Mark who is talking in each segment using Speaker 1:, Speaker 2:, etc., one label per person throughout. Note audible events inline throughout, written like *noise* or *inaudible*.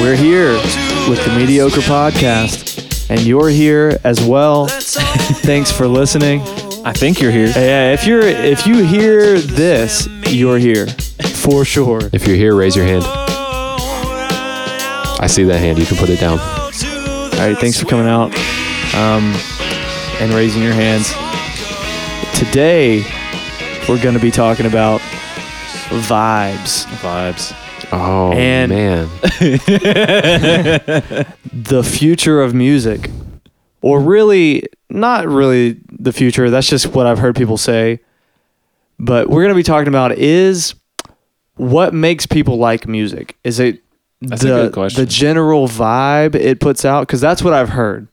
Speaker 1: We're here with the Mediocre Podcast, and you're here as well. Thanks for listening.
Speaker 2: I think you're here.
Speaker 1: Yeah, if you're if you hear this, you're here for sure.
Speaker 2: If you're here, raise your hand. I see that hand. You can put it down.
Speaker 1: All right, thanks for coming out um, and raising your hands. Today, we're going to be talking about vibes.
Speaker 3: vibes.
Speaker 2: Oh
Speaker 1: And-
Speaker 2: man,
Speaker 1: the future of music or really not really the future that's just what i've heard people say but we're going to be talking about is what makes people like music is it
Speaker 2: That's a
Speaker 1: the,
Speaker 2: good question.
Speaker 1: the general vibe it puts out because that's what i've heard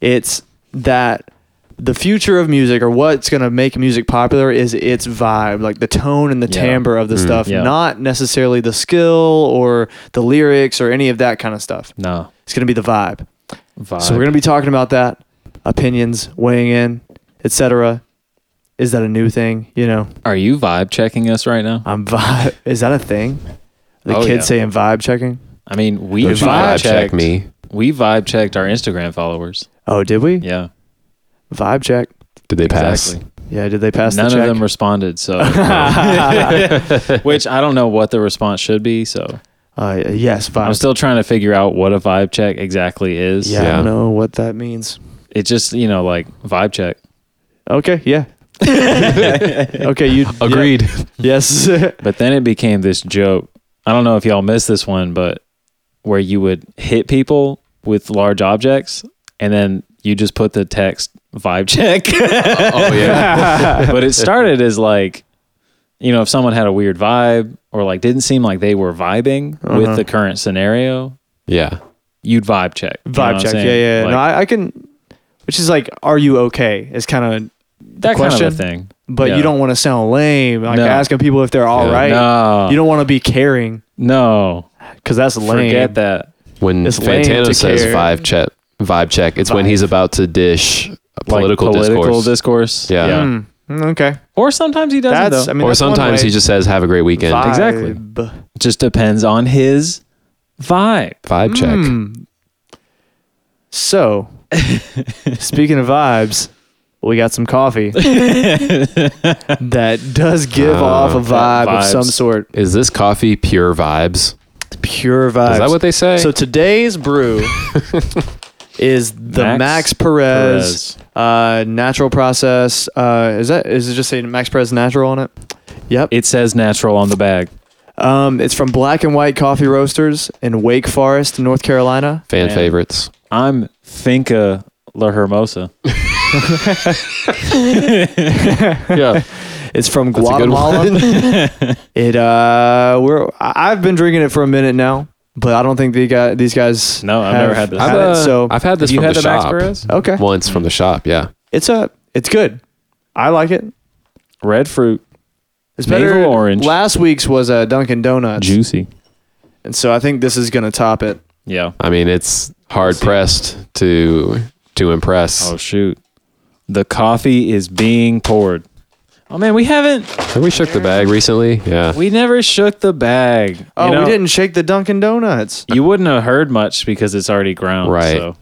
Speaker 1: it's that the future of music or what's going to make music popular is its vibe like the tone and the
Speaker 3: Yeah.
Speaker 1: timbre of the stuff
Speaker 3: yeah.
Speaker 1: not necessarily the skill or the lyrics or any of that kind of stuff
Speaker 3: No.
Speaker 1: it's going to be the vibe.
Speaker 2: vibe.
Speaker 1: So we're going to be talking about that, opinions, weighing in, etc. Is that a new thing? You know,
Speaker 3: Are you vibe checking us right now?
Speaker 1: I'm *laughs* vibe. Is that a thing? The
Speaker 3: Oh,
Speaker 1: kids
Speaker 3: yeah.
Speaker 1: saying vibe checking.
Speaker 3: I mean, we
Speaker 2: Don't you
Speaker 3: vibe
Speaker 2: vibe
Speaker 3: checked
Speaker 2: check me.
Speaker 3: We vibe checked our Instagram followers.
Speaker 1: Oh, did we
Speaker 3: Yeah,
Speaker 1: vibe check?
Speaker 2: Did they pass?
Speaker 3: exactly.
Speaker 1: Yeah, did they pass
Speaker 3: None
Speaker 1: the check?
Speaker 3: of them responded,
Speaker 1: *laughs*
Speaker 3: so no. which I don't know what the response should be. So
Speaker 1: uh, yes, vibe.
Speaker 3: I'm still trying to figure out what a vibe check exactly is.
Speaker 1: yeah, I
Speaker 2: Yeah.
Speaker 1: don't know what that means.
Speaker 3: it's just you know like vibe check.
Speaker 1: Okay,
Speaker 3: *laughs*
Speaker 1: yeah. okay, you yeah.
Speaker 2: Agreed.
Speaker 1: Yes. *laughs*
Speaker 3: But then it became this joke. I don't know if y'all missed this one, but where you would hit people with large objects, and then you just put the text vibe check.
Speaker 2: *laughs*
Speaker 3: *laughs*
Speaker 2: oh yeah.
Speaker 1: *laughs*
Speaker 3: but it started as like you know if someone had a weird vibe or like didn't seem like they were vibing
Speaker 1: Uh-huh.
Speaker 3: with the current scenario
Speaker 2: *laughs* Yeah.
Speaker 3: you'd vibe check You know what
Speaker 1: vibe
Speaker 3: I'm
Speaker 1: check. Yeah,
Speaker 3: saying?
Speaker 1: yeah.
Speaker 3: Like,
Speaker 1: no, I, I can. Which is like, are you okay? Is kind of
Speaker 3: that kind
Speaker 1: question.
Speaker 3: of a thing
Speaker 1: but
Speaker 3: Yeah.
Speaker 1: you don't want to sound lame, like
Speaker 3: No.
Speaker 1: asking people if they're all
Speaker 2: Yeah.
Speaker 1: right.
Speaker 3: no
Speaker 1: You don't want to be caring
Speaker 3: no
Speaker 1: because that's lame.
Speaker 3: forget that
Speaker 2: When
Speaker 1: It's lame
Speaker 2: Fantano
Speaker 1: to
Speaker 2: says
Speaker 1: care.
Speaker 2: vibe check, vibe check, it's when
Speaker 1: Vibe.
Speaker 2: he's about to dish a
Speaker 3: Like,
Speaker 2: political,
Speaker 3: political
Speaker 2: discourse.
Speaker 3: discourse
Speaker 2: Yeah.
Speaker 1: Mm, okay,
Speaker 3: or sometimes he doesn't
Speaker 1: that's.
Speaker 3: though
Speaker 1: I mean,
Speaker 2: or
Speaker 1: that's one
Speaker 2: sometimes
Speaker 1: way.
Speaker 2: he just says, "Have a great weekend."
Speaker 1: Vibe.
Speaker 3: Exactly. just depends on his vibe
Speaker 2: Vibe check.
Speaker 1: Mm.
Speaker 2: *laughs*
Speaker 1: So, speaking of vibes, we got some
Speaker 2: *laughs*
Speaker 1: coffee that does give
Speaker 2: Uh,
Speaker 1: off a vibe of
Speaker 3: vibes.
Speaker 1: some sort.
Speaker 2: Is this coffee pure vibes?
Speaker 1: Pure vibes.
Speaker 2: Is that what they say?
Speaker 1: So today's
Speaker 2: *laughs*
Speaker 1: brew is the Max,
Speaker 3: Max
Speaker 1: Perez, Uh, natural process. Uh, is that is it just saying Max Perez natural on it? Yep.
Speaker 3: it says natural on the bag
Speaker 1: Um, it's from Black and White Coffee Roasters in Wake Forest, North Carolina.
Speaker 2: Fan
Speaker 3: Man.
Speaker 1: *laughs*
Speaker 2: favorites.
Speaker 3: i'm finca la hermosa
Speaker 2: yeah.
Speaker 1: It's from
Speaker 2: That's a good
Speaker 1: Guatemala.
Speaker 3: *laughs*
Speaker 1: it uh, we're I- I've been drinking it for a minute now, but I don't think they got these guys.
Speaker 3: No, I've
Speaker 1: have
Speaker 3: never had this.
Speaker 2: I've,
Speaker 1: it,
Speaker 2: uh,
Speaker 1: so
Speaker 2: I've had this
Speaker 3: you
Speaker 2: from
Speaker 3: had
Speaker 2: the,
Speaker 3: the Max
Speaker 2: shop
Speaker 3: Perez?
Speaker 1: okay,
Speaker 2: once from the shop. Yeah.
Speaker 1: it's a it's good. I like it.
Speaker 3: red fruit
Speaker 1: It's
Speaker 3: Navel
Speaker 1: better.
Speaker 3: orange.
Speaker 1: Last week's was a Dunkin' Donuts,
Speaker 3: juicy
Speaker 1: and so I think this is gonna top it.
Speaker 3: yeah
Speaker 2: I mean, it's hard pressed to to impress.
Speaker 3: Oh shoot. The coffee is being poured. Oh man, we haven't
Speaker 2: Have we shook the bag recently? Yeah.
Speaker 3: we never shook the bag. You
Speaker 1: Oh,
Speaker 3: know,
Speaker 1: we didn't shake the Dunkin' Donuts.
Speaker 3: You wouldn't have heard much because it's already ground.
Speaker 2: Right.
Speaker 3: So.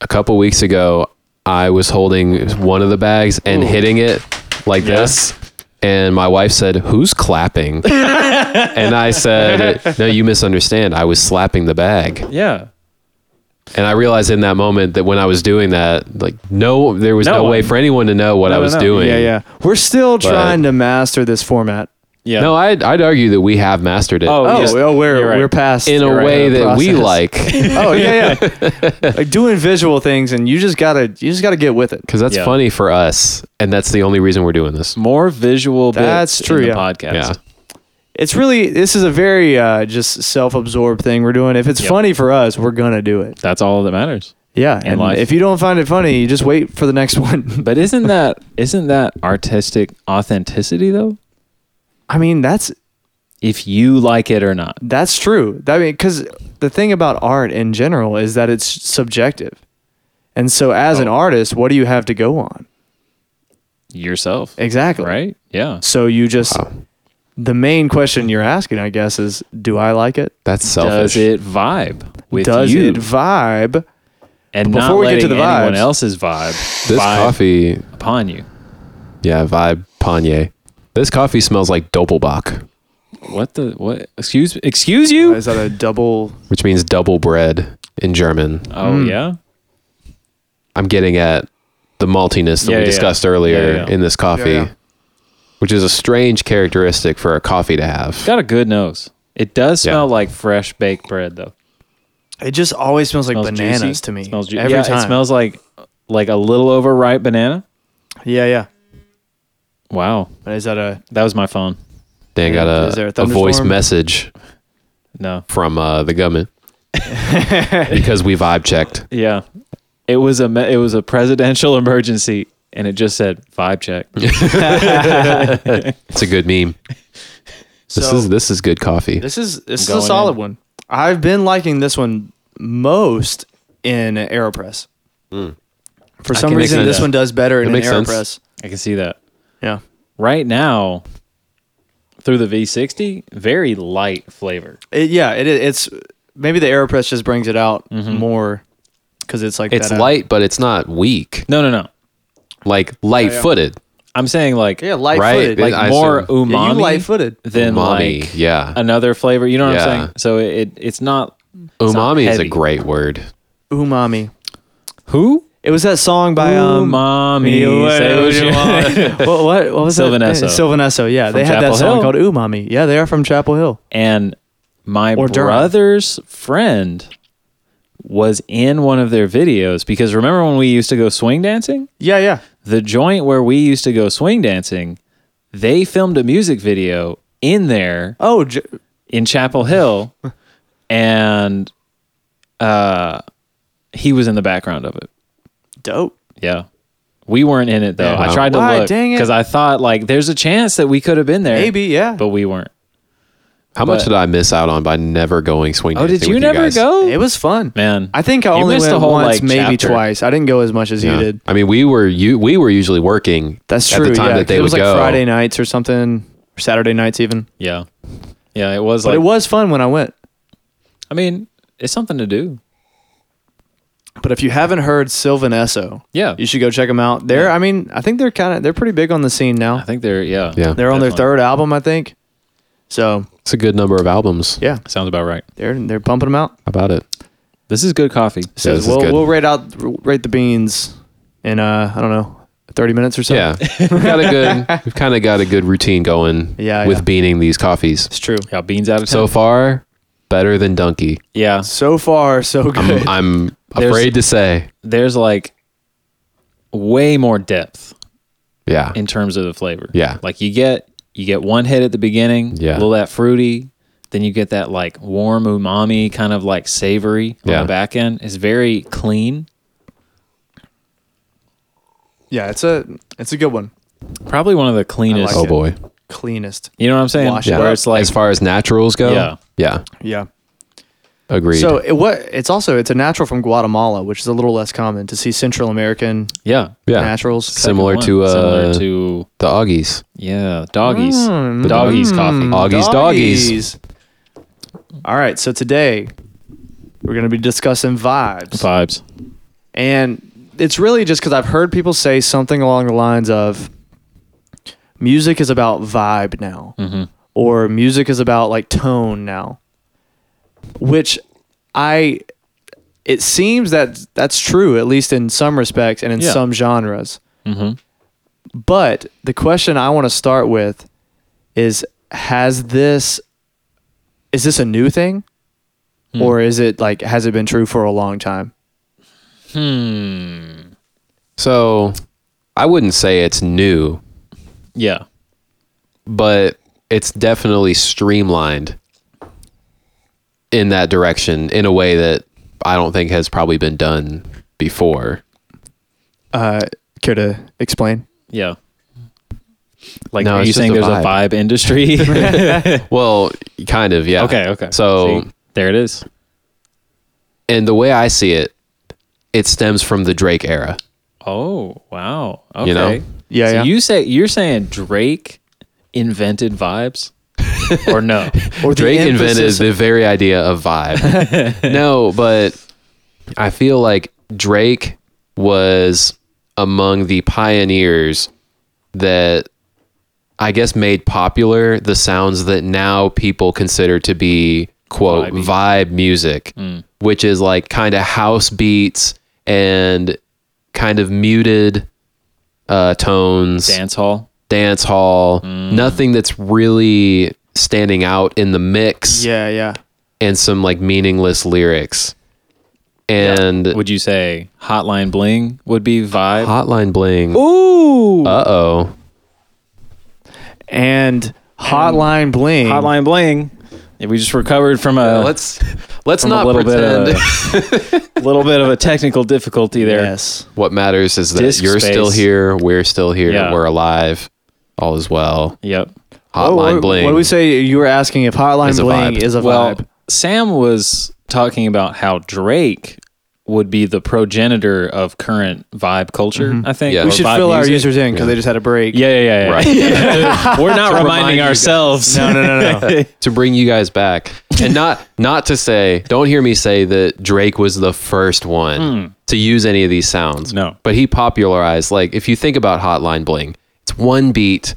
Speaker 2: A couple weeks ago, I was holding one of the bags and hitting it like
Speaker 3: Yeah.
Speaker 2: this. And my wife said, Who's
Speaker 3: *laughs*
Speaker 2: clapping? and I said, No, you misunderstand. I was slapping the bag.
Speaker 3: Yeah.
Speaker 2: And I realized in that moment that when I was doing that, like, no, there was
Speaker 3: No
Speaker 2: no,
Speaker 3: one.
Speaker 2: way for anyone to know what
Speaker 3: No,
Speaker 2: I
Speaker 3: no,
Speaker 2: was
Speaker 3: no.
Speaker 2: doing.
Speaker 1: Yeah, yeah. We're still trying to master this format.
Speaker 3: Yeah.
Speaker 2: No, I'd, I'd argue that we have mastered it
Speaker 3: Oh,
Speaker 1: Oh,
Speaker 3: yes.
Speaker 1: oh we're
Speaker 3: You're right.
Speaker 1: we're past
Speaker 2: in a
Speaker 3: right,
Speaker 2: way
Speaker 1: the
Speaker 2: that we
Speaker 1: process.
Speaker 2: like.
Speaker 1: *laughs*
Speaker 2: Because
Speaker 1: oh yeah, yeah. like doing visual things, and you just gotta you just gotta get with it.
Speaker 2: that's
Speaker 3: *laughs* Yeah.
Speaker 2: funny for us. And that's the only reason we're doing this.
Speaker 3: More visual bits
Speaker 1: That's
Speaker 3: in
Speaker 1: true,
Speaker 3: the
Speaker 1: yeah.
Speaker 3: podcast.
Speaker 2: Yeah.
Speaker 1: It's really this is a very uh, just self-absorbed thing we're doing. If it's
Speaker 3: Yep.
Speaker 1: funny for us, we're gonna do it.
Speaker 3: That's all that matters.
Speaker 1: Yeah, and
Speaker 3: life.
Speaker 1: if you don't find it funny, you just wait for the next *laughs* one.
Speaker 3: But isn't that isn't that artistic authenticity though?
Speaker 1: I mean, that's
Speaker 3: If you like it or not.
Speaker 1: that's true. I mean, because the thing about art in general is that it's subjective, and so as an artist, what do you have to go on?
Speaker 3: Yourself.
Speaker 1: Exactly.
Speaker 3: Right? Yeah.
Speaker 1: So you just
Speaker 2: Wow.
Speaker 1: the main question you're asking, I guess, is do I like it?
Speaker 2: That's selfish.
Speaker 3: Does it vibe? with
Speaker 1: does
Speaker 3: you
Speaker 1: it vibe?
Speaker 3: and
Speaker 1: Before
Speaker 3: not
Speaker 1: we
Speaker 3: letting
Speaker 1: get to the
Speaker 3: anyone
Speaker 1: vibes-
Speaker 3: else's vibe
Speaker 2: This
Speaker 3: vibe
Speaker 2: coffee,
Speaker 3: upon you.
Speaker 2: yeah, vibe Panye. This coffee smells like Doppelbach,
Speaker 3: What the what? Excuse excuse you?
Speaker 1: Is that a double?
Speaker 2: which means double bread in German.
Speaker 3: Oh
Speaker 1: Mm.
Speaker 3: yeah.
Speaker 2: I'm getting at the maltiness that
Speaker 3: Yeah,
Speaker 2: we
Speaker 3: yeah,
Speaker 2: discussed
Speaker 3: yeah.
Speaker 2: earlier
Speaker 3: Yeah, yeah.
Speaker 2: in this coffee,
Speaker 1: Yeah, yeah.
Speaker 2: which is a strange characteristic for a coffee to have.
Speaker 3: Got a good nose. It does
Speaker 2: Yeah.
Speaker 3: smell like fresh baked bread though.
Speaker 1: It just always smells like
Speaker 3: Smells
Speaker 1: bananas
Speaker 3: juicy.
Speaker 1: to me.
Speaker 3: Smells ju-
Speaker 1: every
Speaker 3: yeah,
Speaker 1: time.
Speaker 3: It smells like like a little overripe banana.
Speaker 1: yeah, yeah.
Speaker 3: Wow.
Speaker 1: But is that a?
Speaker 3: That was my phone.
Speaker 2: Dan got
Speaker 1: Is there a
Speaker 2: a, a, voice
Speaker 1: thunderstorm?
Speaker 2: message
Speaker 3: No.
Speaker 2: from uh, the government
Speaker 3: *laughs*
Speaker 2: because we vibe checked.
Speaker 3: Yeah. It was a me- it was a presidential *laughs* emergency and it just said vibe check.
Speaker 2: It's a good meme. This
Speaker 1: So-
Speaker 2: is this is good coffee.
Speaker 1: This is this is
Speaker 3: Going
Speaker 1: a solid
Speaker 3: in.
Speaker 1: one. I've been liking this one most in Aeropress. For some
Speaker 3: can
Speaker 1: reason,
Speaker 2: see
Speaker 1: this
Speaker 2: Hmm. that.
Speaker 1: one does better in an
Speaker 2: makes
Speaker 1: Aeropress.
Speaker 2: sense.
Speaker 3: I can see that.
Speaker 1: Yeah,
Speaker 3: Right now through the V60, very light flavor.
Speaker 1: it, yeah. It, it's maybe the Aeropress just brings it out more because it's like
Speaker 2: It's
Speaker 1: that, uh,
Speaker 2: light, but it's not weak.
Speaker 3: No, no, no.
Speaker 2: Like light-footed,
Speaker 3: I'm saying like
Speaker 1: Yeah, light
Speaker 2: right?
Speaker 1: footed.
Speaker 2: It-
Speaker 1: Like
Speaker 2: I
Speaker 3: more
Speaker 2: assume.
Speaker 3: umami
Speaker 1: yeah, you light footed.
Speaker 3: than
Speaker 2: umami.
Speaker 3: like
Speaker 2: yeah,
Speaker 3: another flavor. You know what
Speaker 2: Yeah.
Speaker 3: I'm saying? So it, it it's not it's not
Speaker 2: umami is a
Speaker 3: heavy.
Speaker 2: great word.
Speaker 1: Umami.
Speaker 3: who
Speaker 1: It was that song by um.
Speaker 3: umami.
Speaker 1: Umami,
Speaker 3: Say what you want.
Speaker 1: *laughs* what, what, what was that?
Speaker 3: Sylvanesso.
Speaker 1: Sylvanesso, yeah. they had
Speaker 3: Chapel
Speaker 1: that song
Speaker 3: Hill.
Speaker 1: called Umami. Yeah, they are from Chapel Hill.
Speaker 3: and my
Speaker 1: Or Durham.
Speaker 3: brother's friend was in one of their videos because remember when we used to go swing dancing?
Speaker 1: Yeah, yeah.
Speaker 3: The joint where we used to go swing dancing, they filmed a music video in there
Speaker 1: Oh, J-
Speaker 3: in
Speaker 1: *laughs*
Speaker 3: Chapel Hill, and uh, he was in the background of it.
Speaker 1: dope.
Speaker 3: Yeah. We weren't in it though.
Speaker 2: Yeah.
Speaker 3: I tried to
Speaker 1: Why?
Speaker 3: look
Speaker 1: Dang it.
Speaker 3: because I thought like there's a chance that we could have been there.
Speaker 1: Maybe, yeah.
Speaker 3: but we weren't.
Speaker 2: How much
Speaker 3: But-
Speaker 2: did I miss out on by never going swing
Speaker 3: Oh,
Speaker 2: dancing
Speaker 3: did you
Speaker 2: with
Speaker 3: never
Speaker 2: guys?
Speaker 3: go?
Speaker 1: It was fun.
Speaker 3: Man,
Speaker 1: I think I
Speaker 3: you
Speaker 1: only
Speaker 3: missed
Speaker 1: went
Speaker 3: a whole,
Speaker 1: once,
Speaker 3: like,
Speaker 1: maybe
Speaker 3: chapter.
Speaker 1: twice. I didn't go as much as
Speaker 2: Yeah.
Speaker 1: you did.
Speaker 2: I mean, we were you we were usually working.
Speaker 1: That's true.
Speaker 2: At the time
Speaker 1: yeah,
Speaker 2: that they
Speaker 1: it was
Speaker 2: would
Speaker 1: like
Speaker 2: go,
Speaker 1: Friday nights or something, or Saturday nights even.
Speaker 3: Yeah, yeah. It was
Speaker 1: But
Speaker 3: like
Speaker 1: it was fun when I went.
Speaker 3: I mean, it's something to do.
Speaker 1: But if you haven't heard Sylvanesso,
Speaker 3: Yeah,
Speaker 1: you should go check them out. They're, I mean, I think they're kind of they're pretty big on the scene
Speaker 3: I
Speaker 1: now.
Speaker 3: think they're yeah
Speaker 2: Yeah,
Speaker 1: They're on their
Speaker 3: definitely.
Speaker 1: third album, I think. So
Speaker 2: it's a good number of albums.
Speaker 1: yeah,
Speaker 3: Sounds about right.
Speaker 1: they're they're pumping them out.
Speaker 2: How about it?
Speaker 3: This is good coffee.
Speaker 2: Yeah,
Speaker 1: Says
Speaker 2: this is
Speaker 1: we'll
Speaker 2: good.
Speaker 1: we'll rate out rate the beans in uh I don't know thirty minutes or so.
Speaker 2: Yeah, we've got a
Speaker 3: *laughs*
Speaker 2: good. We've kind of got a good routine going.
Speaker 1: Yeah,
Speaker 2: with
Speaker 1: yeah.
Speaker 2: beaning these coffees
Speaker 1: it's true.
Speaker 3: Yeah, beans out of
Speaker 2: so
Speaker 3: so
Speaker 2: far, better than Donkey.
Speaker 3: *laughs* yeah.
Speaker 1: So far, so good.
Speaker 2: *laughs* I'm, I'm
Speaker 3: There's-
Speaker 2: afraid to say.
Speaker 3: There's like way more depth
Speaker 2: Yeah,
Speaker 3: in terms of the flavor.
Speaker 2: Yeah.
Speaker 3: Like you get you get one hit at the beginning,
Speaker 2: Yeah.
Speaker 3: a little that fruity, then you get that like warm umami kind of like savory on
Speaker 2: Yeah.
Speaker 3: the back end. It's very clean.
Speaker 1: yeah, it's a it's a good one.
Speaker 3: Probably one of the cleanest.
Speaker 2: oh
Speaker 1: like it.
Speaker 2: boy.
Speaker 1: Cleanest.
Speaker 3: You know what I'm saying?
Speaker 1: Wash it
Speaker 2: Yeah,
Speaker 3: Where
Speaker 1: up.
Speaker 3: it's like
Speaker 2: as far as naturals go.
Speaker 3: Yeah.
Speaker 2: yeah,
Speaker 1: Yeah.
Speaker 2: agreed.
Speaker 1: So it, what it's also it's a natural from Guatemala, which is a little less common to see Central American
Speaker 3: yeah.
Speaker 2: yeah,
Speaker 1: naturals.
Speaker 2: Sim- Similar
Speaker 3: Second
Speaker 2: to,
Speaker 3: one.
Speaker 2: uh,
Speaker 3: similar to
Speaker 2: the Augies.
Speaker 3: yeah, doggies.
Speaker 1: Mm.
Speaker 3: doggies coffee.
Speaker 2: Augies, doggies.
Speaker 1: All right, so today we're going to be discussing vibes,
Speaker 3: Vibes.
Speaker 1: and it's really just because I've heard people say something along the lines of music is about vibe now, or music is about like tone now, which I it seems that that's true at least in some respects and in
Speaker 3: Yeah.
Speaker 1: some genres.
Speaker 3: Mhm.
Speaker 1: But the question I want to start with is has this is this a new thing or is it like has it been true for a long time?
Speaker 2: So, I wouldn't say it's new,
Speaker 3: Yeah.
Speaker 2: but it's definitely streamlined in that direction in a way that I don't think has probably been done before.
Speaker 1: Uh care to explain?
Speaker 3: Yeah. Like
Speaker 2: No,
Speaker 3: are
Speaker 2: it's
Speaker 3: you
Speaker 2: just
Speaker 3: saying
Speaker 2: a
Speaker 3: there's a
Speaker 2: vibe.
Speaker 3: vibe industry?
Speaker 2: *laughs* Well, kind of, yeah.
Speaker 3: okay, okay.
Speaker 2: So,
Speaker 3: See? there it is.
Speaker 2: and the way I see it, it stems from the Drake era.
Speaker 3: Oh, wow. Okay.
Speaker 2: You know?
Speaker 1: Yeah,
Speaker 3: So
Speaker 1: yeah.
Speaker 3: you say you're saying Drake invented vibes? or no?
Speaker 1: Or the
Speaker 2: Drake invented
Speaker 1: emphasis-
Speaker 2: the very idea of vibe.
Speaker 1: *laughs*
Speaker 2: no, but I feel like Drake was among the pioneers that I guess made popular the sounds that now people consider to be quote vibe music,
Speaker 1: Mm.
Speaker 2: which is like kind of house beats and kind of muted uh, tones
Speaker 3: Dance hall.
Speaker 2: dance hall,
Speaker 3: Mm.
Speaker 2: nothing that's really standing out in the mix,
Speaker 1: Yeah, yeah.
Speaker 2: and some like meaningless lyrics. And
Speaker 3: Would you say Hotline Bling would be vibe?
Speaker 2: Hotline Bling. Uh
Speaker 1: Ooh.
Speaker 2: oh.
Speaker 1: and Hotline Bling.
Speaker 3: Hotline Bling. If we just recovered from a
Speaker 2: Uh, let's let's
Speaker 3: from Uh, a
Speaker 2: not
Speaker 3: little bit uh,
Speaker 2: pretend.
Speaker 3: *laughs* little bit of a technical difficulty there.
Speaker 1: Yes.
Speaker 2: what matters is that
Speaker 3: Disc
Speaker 2: you're still
Speaker 3: space.
Speaker 2: here, we're still here,
Speaker 3: Yeah.
Speaker 2: we're alive, all is well.
Speaker 3: Yep.
Speaker 1: Oh,
Speaker 2: Hotline
Speaker 1: what-
Speaker 2: Bling.
Speaker 1: What do we say? You were asking if Hotline
Speaker 2: Is a
Speaker 1: Bling
Speaker 2: vibe.
Speaker 1: is a
Speaker 3: Well,
Speaker 1: vibe.
Speaker 3: Sam was talking about how Drake would be the progenitor of current vibe culture. I think
Speaker 2: Yeah.
Speaker 3: or
Speaker 2: We
Speaker 1: We should
Speaker 3: vibe
Speaker 1: fill our
Speaker 3: music.
Speaker 1: users in because they just had a break.
Speaker 3: Yeah, yeah, yeah. yeah.
Speaker 1: *laughs*
Speaker 2: Right.
Speaker 3: We're not reminding
Speaker 2: remind you guys.
Speaker 3: ourselves.
Speaker 1: No, no, no,
Speaker 3: *laughs*
Speaker 1: no.
Speaker 2: to bring you guys back and not *laughs* not to say don't hear me say that drake was the first one to use any of these sounds
Speaker 3: Hmm. No.
Speaker 2: but he popularized like if you think about hotline bling it's one beat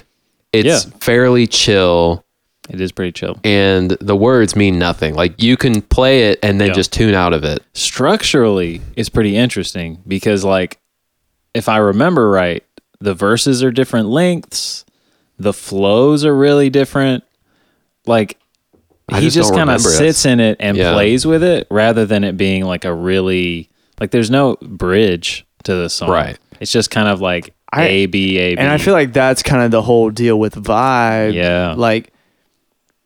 Speaker 2: it's
Speaker 3: Yeah.
Speaker 2: fairly chill
Speaker 3: It is pretty chill.
Speaker 2: and the words mean nothing like you can play it and then
Speaker 3: Yeah.
Speaker 2: just tune out of it
Speaker 3: Structurally, it's pretty interesting because, like, if I remember right, the verses are different lengths, the flows are really different. Like,
Speaker 2: I
Speaker 3: he
Speaker 2: just
Speaker 3: just
Speaker 2: don't
Speaker 3: kind of
Speaker 2: remember this.
Speaker 3: sits in it and
Speaker 2: Yeah.
Speaker 3: plays with it rather than it being like a really, like, there's no bridge to the song.
Speaker 2: Right.
Speaker 3: It's just kind of like
Speaker 1: I-
Speaker 3: A, B, A, B.
Speaker 1: And I feel like that's kind of the whole deal with vibe.
Speaker 3: Yeah.
Speaker 1: Like,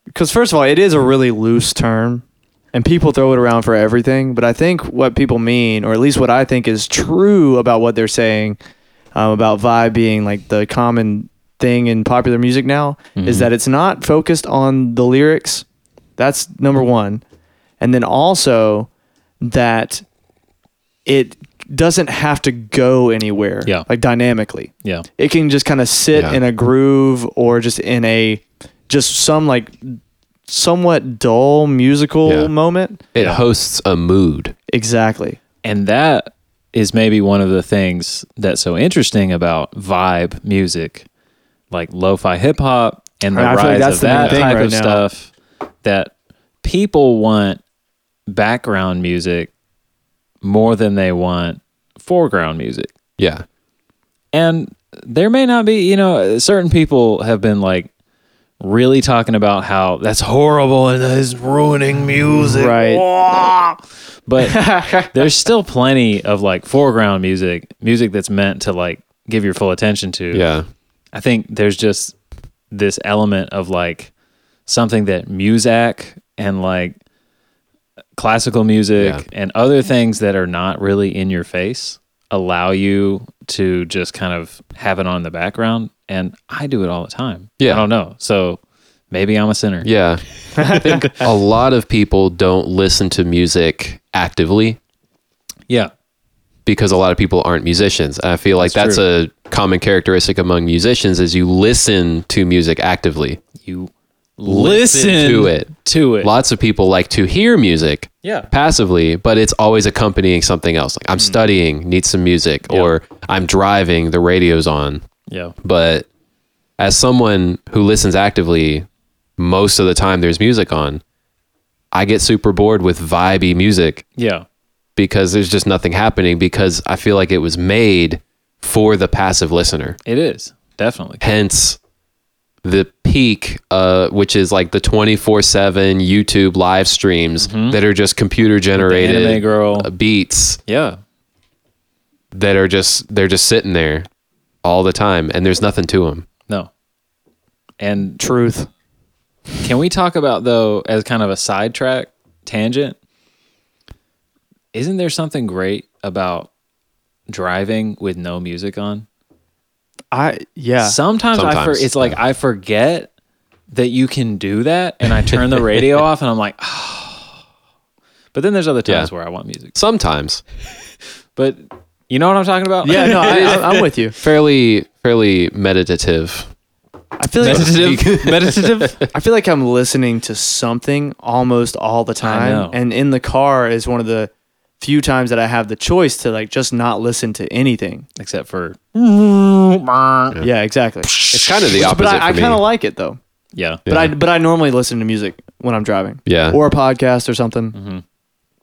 Speaker 1: because first of all, it is a really loose term and people throw it around for everything. But I think what people mean, or at least what I think is true about what they're saying um, about vibe being like the common thing in popular music now,
Speaker 3: Mm-hmm.
Speaker 1: is that it's not focused on the lyrics. That's number one. And then also that it doesn't have to go anywhere,
Speaker 3: Yeah.
Speaker 1: like dynamically
Speaker 3: yeah.
Speaker 1: it can just kind of sit
Speaker 2: Yeah.
Speaker 1: in a groove or just in a just some like somewhat dull musical
Speaker 2: Yeah.
Speaker 1: moment
Speaker 2: it
Speaker 3: Yeah.
Speaker 2: hosts a mood
Speaker 1: exactly
Speaker 3: And that is maybe one of the things that's so interesting about vibe music, like lo-fi hip hop and the
Speaker 1: I feel
Speaker 3: rise
Speaker 1: like that's
Speaker 3: of
Speaker 1: the main
Speaker 3: that
Speaker 1: thing
Speaker 3: type
Speaker 1: right
Speaker 3: of
Speaker 1: now.
Speaker 3: stuff that people want background music more than they want foreground music.
Speaker 2: yeah
Speaker 3: And there may not be, you know, certain people have been like really talking about how that's horrible and it's ruining music.
Speaker 1: right
Speaker 3: But there's still plenty of like foreground music, music that's meant to like give your full attention to.
Speaker 2: yeah
Speaker 3: I think there's just this element of like something that music and like classical music
Speaker 2: Yeah.
Speaker 3: and other things that are not really in your face allow you to just kind of have it on in the background. And I do it all the time.
Speaker 2: Yeah.
Speaker 3: I don't know. So maybe I'm a sinner.
Speaker 2: Yeah. I think
Speaker 3: *laughs*
Speaker 2: a lot of people don't listen to music actively
Speaker 3: Yeah.
Speaker 2: because a lot of people aren't musicians. And I feel like
Speaker 3: That's
Speaker 2: that's, a common characteristic among musicians is you listen to music actively.
Speaker 3: You
Speaker 2: Listen
Speaker 3: listen,
Speaker 2: to it.
Speaker 3: To it.
Speaker 2: Lots of people like to hear music
Speaker 3: Yeah. Hmm.
Speaker 2: passively, but it's always accompanying something else. Like I'm studying, need some music, or I'm driving, the radio's on.
Speaker 3: Yeah.
Speaker 2: But as someone who listens actively, most of the time there's music on. I get super bored with vibey music
Speaker 3: Yeah.
Speaker 2: because there's just nothing happening because I feel like it was made for the passive listener.
Speaker 3: It is definitely.
Speaker 2: Hence the peak uh, which is like the 24/7 YouTube live streams that are just computer
Speaker 3: Anime
Speaker 2: generated uh,
Speaker 3: girl.
Speaker 2: beats
Speaker 3: Yeah.
Speaker 2: that are just they're just sitting there all the time and there's nothing to them.
Speaker 3: No. And
Speaker 1: truth
Speaker 3: can we talk about though as kind of a sidetrack tangent? Isn't there something great about driving with no music on?
Speaker 1: i yeah
Speaker 3: Sometimes, I for,
Speaker 2: Sometimes,
Speaker 3: it's like I forget that you can do that and I turn the *laughs* radio off and I'm like, oh. But then there's other times
Speaker 2: Yeah.
Speaker 3: where I want music.
Speaker 2: Sometimes
Speaker 3: But you know what I'm talking about?
Speaker 1: yeah no I, I, i'm with you
Speaker 2: fairly fairly meditative
Speaker 1: I feel like
Speaker 2: *laughs*
Speaker 3: Meditative. Meditative.
Speaker 1: *laughs* I feel like I'm listening to something almost all the time,
Speaker 3: know.
Speaker 1: and in the car is one of the few times that I have the choice to like just not listen to anything.
Speaker 3: *laughs* Except for
Speaker 1: Yeah, exactly.
Speaker 2: It's kind of the opposite.
Speaker 1: But I, I
Speaker 2: for me.
Speaker 1: kind of like it though.
Speaker 3: yeah.
Speaker 1: But I but I normally listen to music when I'm driving.
Speaker 2: Yeah.
Speaker 1: or a podcast or something.
Speaker 3: Mm-hmm.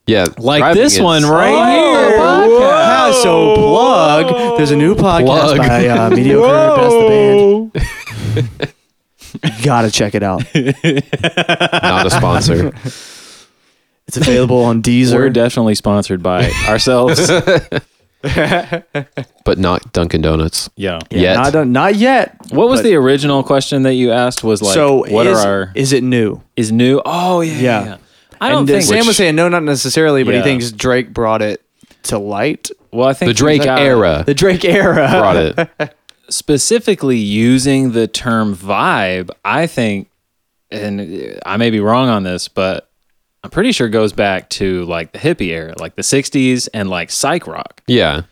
Speaker 2: yeah,
Speaker 3: Like
Speaker 2: driving
Speaker 3: this
Speaker 2: is-
Speaker 3: one right here.
Speaker 1: Ah, so plug. There's a new podcast
Speaker 2: Plug.
Speaker 1: by uh, mediocre best of band.
Speaker 3: *laughs*
Speaker 1: Gotta check it out.
Speaker 2: Not a sponsor.
Speaker 1: It's available on
Speaker 3: We're
Speaker 1: Deezer.
Speaker 3: definitely sponsored
Speaker 1: *laughs*
Speaker 3: by ourselves.
Speaker 2: but not Dunkin' Donuts.
Speaker 3: yeah.
Speaker 2: yet.
Speaker 1: Not, done, not yet.
Speaker 3: What was
Speaker 1: But-
Speaker 3: the original question that you asked? Was like,
Speaker 1: so
Speaker 3: what
Speaker 1: is,
Speaker 3: are our
Speaker 1: is it new?
Speaker 3: is new? Oh yeah,
Speaker 1: Yeah.
Speaker 3: yeah. yeah. I don't
Speaker 1: and
Speaker 3: think.
Speaker 1: Sam was saying no, not necessarily, but he
Speaker 3: Yeah.
Speaker 1: thinks Drake brought it to light.
Speaker 3: well, I think uh,
Speaker 2: The Drake
Speaker 3: we got-
Speaker 2: era
Speaker 1: *laughs* The Drake era.
Speaker 2: brought it.
Speaker 3: specifically using the term vibe. I think, and I may be wrong on this, but I'm pretty sure goes back to like the hippie era, like the '60s and like psych rock.
Speaker 2: Yeah,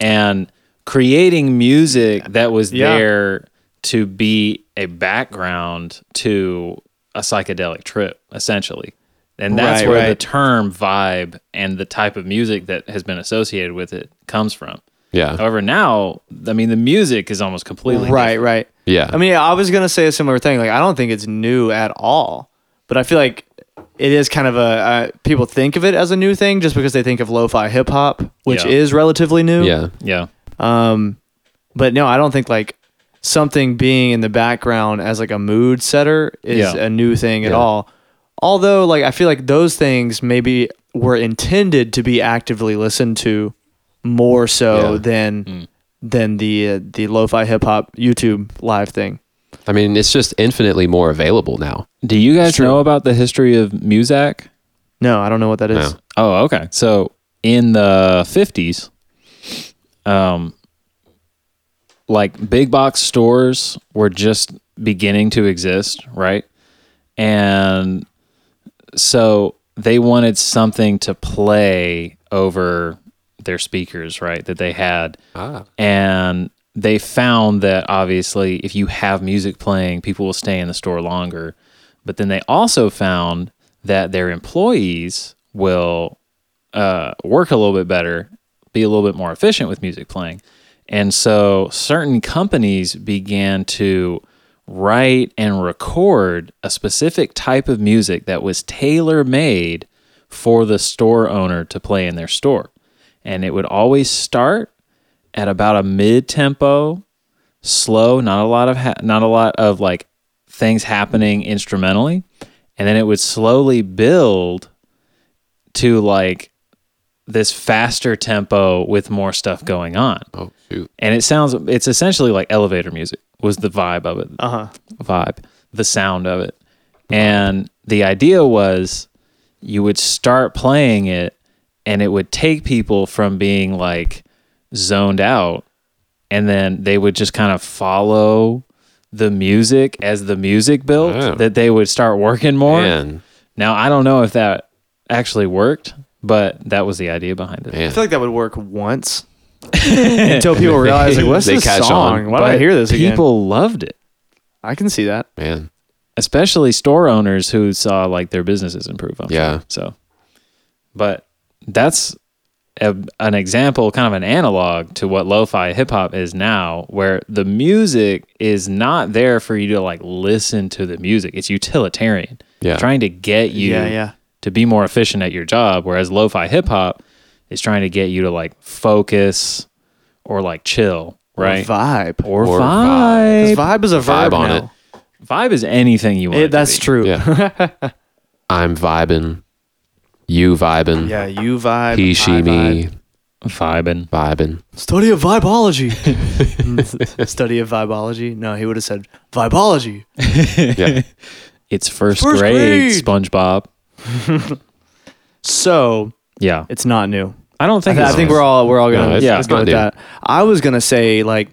Speaker 3: and creating music that was
Speaker 1: Yeah.
Speaker 3: there to be a background to a psychedelic trip, essentially. And that's
Speaker 1: Right,
Speaker 3: where the
Speaker 1: right.
Speaker 3: term vibe and the type of music that has been associated with it comes from.
Speaker 2: yeah,
Speaker 3: However, now, I mean, the music is almost
Speaker 1: *laughs*
Speaker 3: completely
Speaker 1: Right, right.
Speaker 2: yeah.
Speaker 1: I mean, I was gonna say a similar thing. Like, I don't think it's new at all, but I feel like it is kind of a uh, people think of it as a new thing just because they think of lo-fi hip hop, which
Speaker 3: Yeah.
Speaker 1: is relatively new.
Speaker 2: yeah.
Speaker 3: different. Yeah.
Speaker 1: But no, I don't think like something being in the background as like a mood setter is
Speaker 3: Yeah.
Speaker 1: a new thing at
Speaker 2: Yeah.
Speaker 1: all. Although, like, I feel like those things maybe were intended to be actively listened to more so
Speaker 2: Yeah. Mm.
Speaker 1: than than the uh, the lo-fi hip hop YouTube live thing.
Speaker 2: I mean, it's just infinitely more available now.
Speaker 3: Do you guys know about the history of Muzak?
Speaker 1: No, I don't know what that is.
Speaker 2: No.
Speaker 3: Oh, okay. So in the fifties, um, like big box stores were just beginning to exist, right? And so they wanted something to play over their speakers, right? That they had,
Speaker 2: Ah.
Speaker 3: and they found that obviously if you have music playing, people will stay in the store longer. But then they also found that their employees will uh, work a little bit better, be a little bit more efficient with music playing. And so certain companies began to write and record a specific type of music that was tailor made for the store owner to play in their store. And it would always start at about a mid tempo, slow, not a lot of ha- not a lot of like things happening instrumentally, and then it would slowly build to like this faster tempo with more stuff going on.
Speaker 2: Oh shoot.
Speaker 3: And it sounds it's essentially like elevator music was the vibe of it. Uh-huh. Vibe, the sound of it. And the idea was you would start playing it and it would take people from being like zoned out and then they would just kind of follow the music as the music built
Speaker 2: Oh.
Speaker 3: that they would start working more.
Speaker 2: Man,
Speaker 3: Now I don't know if that actually worked, but that was the idea behind it.
Speaker 2: man.
Speaker 1: I feel like that would work
Speaker 2: *laughs*
Speaker 1: once until people realize like, what's
Speaker 2: They
Speaker 1: this
Speaker 2: catch
Speaker 1: song?
Speaker 2: on.
Speaker 1: Why do I
Speaker 3: But
Speaker 1: hear this again?
Speaker 3: People loved it.
Speaker 1: I can see that.
Speaker 2: man.
Speaker 3: especially store owners who saw like their businesses improve. I'm
Speaker 2: Yeah.
Speaker 3: sure. So, but that's a, an example, kind of an analog to what lo-fi hip hop is now, where the music is not there for you to like listen to the music. It's utilitarian.
Speaker 2: Yeah.
Speaker 3: Trying to get you
Speaker 1: Yeah, yeah.
Speaker 3: to be more efficient at your job. Whereas lo-fi hip hop is trying to get you to like focus or like chill. Right.
Speaker 1: Vibe.
Speaker 3: Or,
Speaker 2: Or
Speaker 3: vibe.
Speaker 1: 'Cause vibe is a
Speaker 2: Vibe
Speaker 1: verb
Speaker 2: on
Speaker 1: now.
Speaker 3: Vibe is anything you want.
Speaker 1: It- that's true. Yeah.
Speaker 2: Yeah. I'm vibing. You vibing.
Speaker 1: you vibe.
Speaker 2: He, she,
Speaker 1: I
Speaker 2: me
Speaker 1: vibe.
Speaker 3: vibing.
Speaker 2: vibing.
Speaker 1: Study of
Speaker 2: *laughs*
Speaker 1: vibology. Study of vibology. No, he would have said vibology.
Speaker 2: Yeah.
Speaker 3: It's first,
Speaker 1: First
Speaker 3: grade,
Speaker 1: grade.
Speaker 3: SpongeBob.
Speaker 1: So
Speaker 3: Yeah.
Speaker 1: it's not new.
Speaker 3: I don't think
Speaker 1: I
Speaker 3: it's-
Speaker 1: think we're all we're all gonna
Speaker 2: it's-
Speaker 1: yeah,
Speaker 2: it's
Speaker 1: go
Speaker 2: not
Speaker 1: with
Speaker 2: new.
Speaker 1: that. I was gonna say like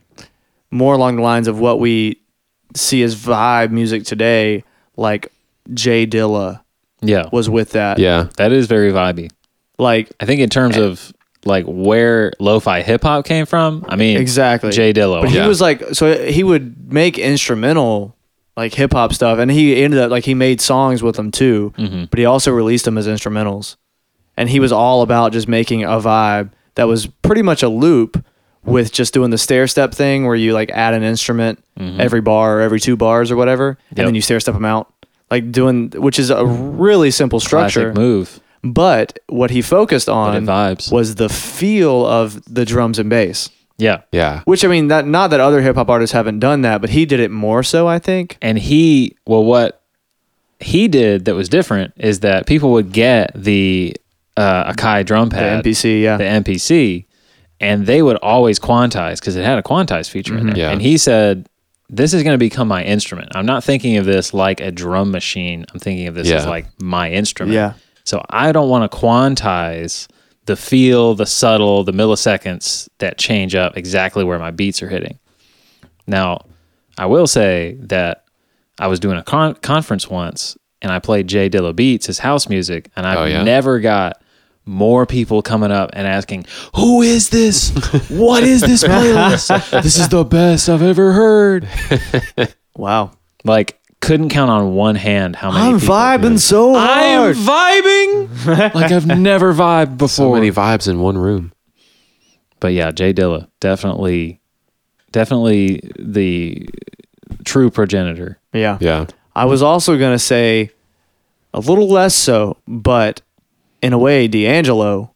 Speaker 1: more along the lines of what we see as vibe music today, like Jay Dilla
Speaker 3: Yeah.
Speaker 1: was with that.
Speaker 2: Yeah.
Speaker 3: That is very vibey.
Speaker 1: Like
Speaker 3: I think in terms of like where lo-fi hip hop came from. I mean,
Speaker 1: Exactly.
Speaker 3: Jay Dillo.
Speaker 1: But
Speaker 3: yeah.
Speaker 1: he was like, so he would make instrumental like hip hop stuff, and he ended up like he made songs with them too.
Speaker 3: Mm-hmm.
Speaker 1: But he also released them as instrumentals, and he was all about just making a vibe that was pretty much a loop with just doing the stair step thing where you like add an instrument every bar or every two bars or whatever,
Speaker 3: Mm-hmm. Yep.
Speaker 1: and then you stair step them out. Like doing, which is a really simple
Speaker 3: classic
Speaker 1: structure.
Speaker 3: move.
Speaker 1: But what he focused on
Speaker 3: vibes.
Speaker 1: was the feel of the drums and bass.
Speaker 3: Yeah.
Speaker 2: Yeah.
Speaker 1: Which I mean, that not that other hip hop artists haven't done that, but he did it more so. I think.
Speaker 3: And he, well, what he did that was different is that people would get the uh, Akai drum pad,
Speaker 1: NPC, yeah.
Speaker 3: the MPC, and they would always quantize because it had a quantize feature
Speaker 1: Mm-hmm.
Speaker 3: in it.
Speaker 2: Yeah.
Speaker 3: And he said, "This is going to become my instrument. I'm not thinking of this like a drum machine. I'm thinking of this as
Speaker 2: Yeah.
Speaker 3: like my instrument.
Speaker 1: Yeah.
Speaker 3: So I don't want to quantize." The feel, the subtle, the milliseconds that change up exactly where my beats are hitting. Now, I will say that I was doing a con- conference once and I played Jay Dilla Beats, his house music, and I've
Speaker 2: Oh, yeah?
Speaker 3: never got more people coming up and asking, Who is this? What is this playlist? this is the best I've ever heard.
Speaker 1: Wow.
Speaker 3: Like, couldn't count on one hand how many
Speaker 1: I'm
Speaker 3: people.
Speaker 1: vibing so hard.
Speaker 3: I'm vibing like I've never vibed before.
Speaker 2: So many vibes in one room.
Speaker 3: but yeah, Jay Dilla, definitely, definitely the true progenitor.
Speaker 1: yeah.
Speaker 2: Yeah.
Speaker 1: I was also gonna say, a little less so, but in a way, D'Angelo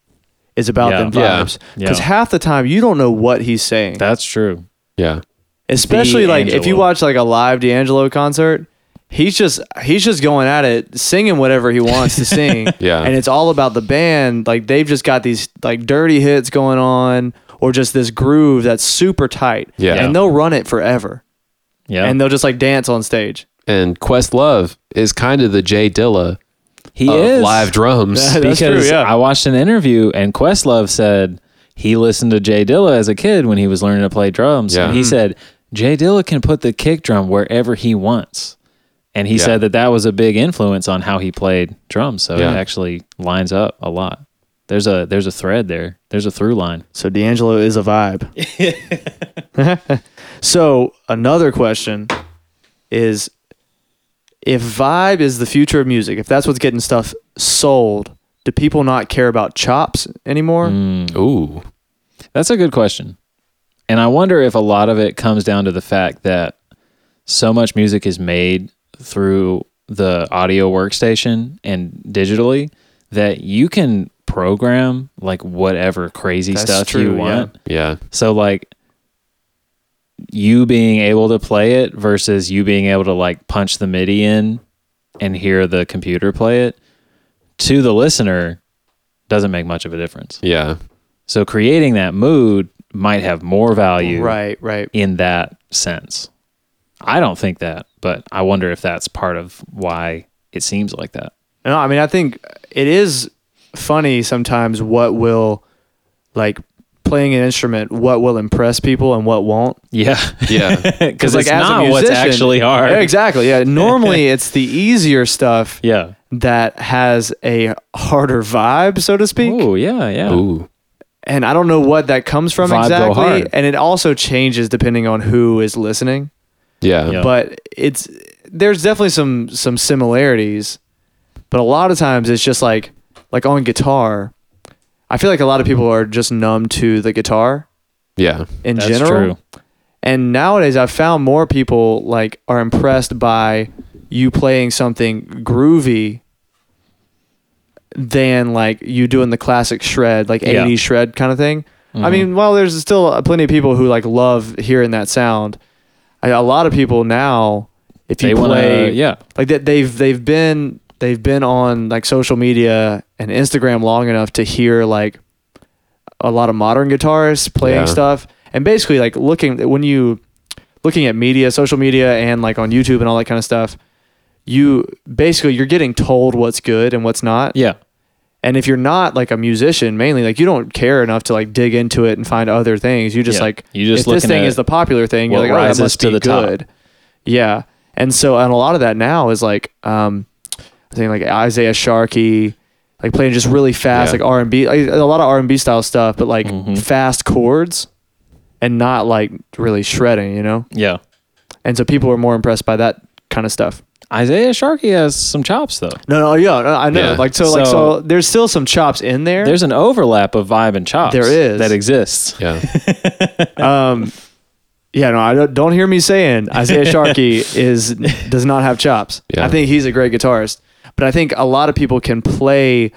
Speaker 1: is about
Speaker 3: Yeah.
Speaker 1: them
Speaker 2: Yeah.
Speaker 1: vibes
Speaker 3: Yeah.
Speaker 1: because half the time you don't know what he's saying.
Speaker 3: That's true.
Speaker 2: Yeah.
Speaker 1: Especially like if you
Speaker 3: D'Angelo.
Speaker 1: watch like a live D'Angelo concert. He's just he's just going at it, singing whatever he wants to sing.
Speaker 2: Yeah.
Speaker 1: And it's all about the band. Like they've just got these like dirty hits going on or just this groove that's super tight.
Speaker 2: Yeah.
Speaker 1: And they'll run it forever.
Speaker 3: Yeah.
Speaker 1: And they'll just like dance on stage.
Speaker 2: And Questlove is kind of the Jay Dilla
Speaker 3: He
Speaker 2: of
Speaker 3: is
Speaker 2: Oh, live drums.
Speaker 1: That- That's true,
Speaker 3: because
Speaker 1: yeah.
Speaker 3: I watched an interview and Questlove said he listened to Jay Dilla as a kid when he was learning to play drums.
Speaker 2: Yeah.
Speaker 3: And he said Jay Dilla can put the kick drum wherever he wants. And he
Speaker 2: Yeah.
Speaker 3: said that that was a big influence on how he played drums. So
Speaker 2: Yeah.
Speaker 3: it actually lines up a lot. There's a there's a thread there. There's a through line.
Speaker 1: So D'Angelo is a
Speaker 3: *laughs*
Speaker 1: vibe. so another question is if vibe is the future of music, if that's what's getting stuff sold, do people not care about chops anymore?
Speaker 2: *laughs*
Speaker 3: Mm.
Speaker 2: Ooh.
Speaker 3: That's a good question. And I wonder if a lot of it comes down to the fact that so much music is made through the audio workstation and digitally that you can program like whatever crazy
Speaker 1: That's
Speaker 3: stuff
Speaker 1: true,
Speaker 3: you
Speaker 1: yeah.
Speaker 3: want.
Speaker 2: Yeah.
Speaker 3: So like you being able to play it versus you being able to like punch the MIDI in and hear the computer play it to the listener doesn't make much of a difference.
Speaker 2: Yeah.
Speaker 3: So creating that mood might have more value
Speaker 1: Right, right.
Speaker 3: in that sense. I don't think that, but I wonder if that's part of why it seems like that.
Speaker 1: No, I mean I think it is funny sometimes what will like playing an instrument, what will impress people and what won't.
Speaker 3: Yeah. *laughs*
Speaker 2: Yeah.
Speaker 3: Because
Speaker 1: like
Speaker 3: it's not what's actually hard.
Speaker 1: Yeah, Exactly. Yeah.
Speaker 3: *laughs*
Speaker 1: Normally it's the easier stuff
Speaker 3: Yeah.
Speaker 1: that has a harder vibe, so to speak.
Speaker 3: Oh, yeah, yeah.
Speaker 2: Ooh.
Speaker 1: And I don't know what that comes from
Speaker 3: Vibe go
Speaker 1: exactly.
Speaker 3: hard.
Speaker 1: And it also changes depending on who is listening.
Speaker 2: Yeah.
Speaker 3: Yeah.
Speaker 1: But it's there's definitely some some similarities. But a lot of times it's just like like on guitar. I feel like a lot of people are just numb to the guitar
Speaker 2: Yeah.
Speaker 1: in
Speaker 3: That's
Speaker 1: general.
Speaker 3: true.
Speaker 1: And nowadays, I've found more people like are impressed by you playing something groovy than like you doing the classic shred, like
Speaker 3: Yeah. Mm-hmm.
Speaker 1: 80s shred kind of thing. I mean, while there's still plenty of people who like love hearing that sound, I, a lot of people now, if you
Speaker 3: They
Speaker 1: play,
Speaker 3: wanna- yeah.
Speaker 1: like that they've they've been they've been on like social media and Instagram long enough to hear like a lot of modern guitarists playing
Speaker 2: Yeah.
Speaker 1: stuff and basically like looking when you looking at media, social media and like on YouTube and all that kind of stuff, you basically you're getting told what's good and what's not.
Speaker 3: Yeah.
Speaker 1: And if you're not like a musician mainly, like you don't care enough to like dig into it and find other things. You just
Speaker 3: Yeah.
Speaker 1: like
Speaker 3: You just
Speaker 1: if this
Speaker 3: looking
Speaker 1: thing
Speaker 3: at
Speaker 1: is the popular thing, you're
Speaker 3: what
Speaker 1: like, oh, that
Speaker 3: rises
Speaker 1: must
Speaker 3: to
Speaker 1: be
Speaker 3: the top.
Speaker 1: good. Yeah. And so and a lot of that now is like um I think like Isaiah Sharkey like playing just really fast,
Speaker 2: Yeah.
Speaker 1: like R and B, like, a lot of R and B style stuff, but like
Speaker 3: Mm-hmm.
Speaker 1: fast chords, and not like really shredding, you know.
Speaker 3: Yeah.
Speaker 1: And so people are more impressed by that kind of stuff.
Speaker 3: Isaiah Sharkey has some chops though.
Speaker 1: No, no, yeah, no, I know.
Speaker 2: Yeah.
Speaker 1: Like so, like
Speaker 3: So-
Speaker 1: so, there's still some chops in there.
Speaker 3: There's an overlap of vibe and chops.
Speaker 1: There is.
Speaker 3: that exists.
Speaker 2: Yeah.
Speaker 1: yeah, no, I don't, don't hear me saying Isaiah
Speaker 3: *laughs*
Speaker 1: Sharkey is does not have chops.
Speaker 2: Yeah.
Speaker 1: I think he's a great guitarist, but I think a lot of people can play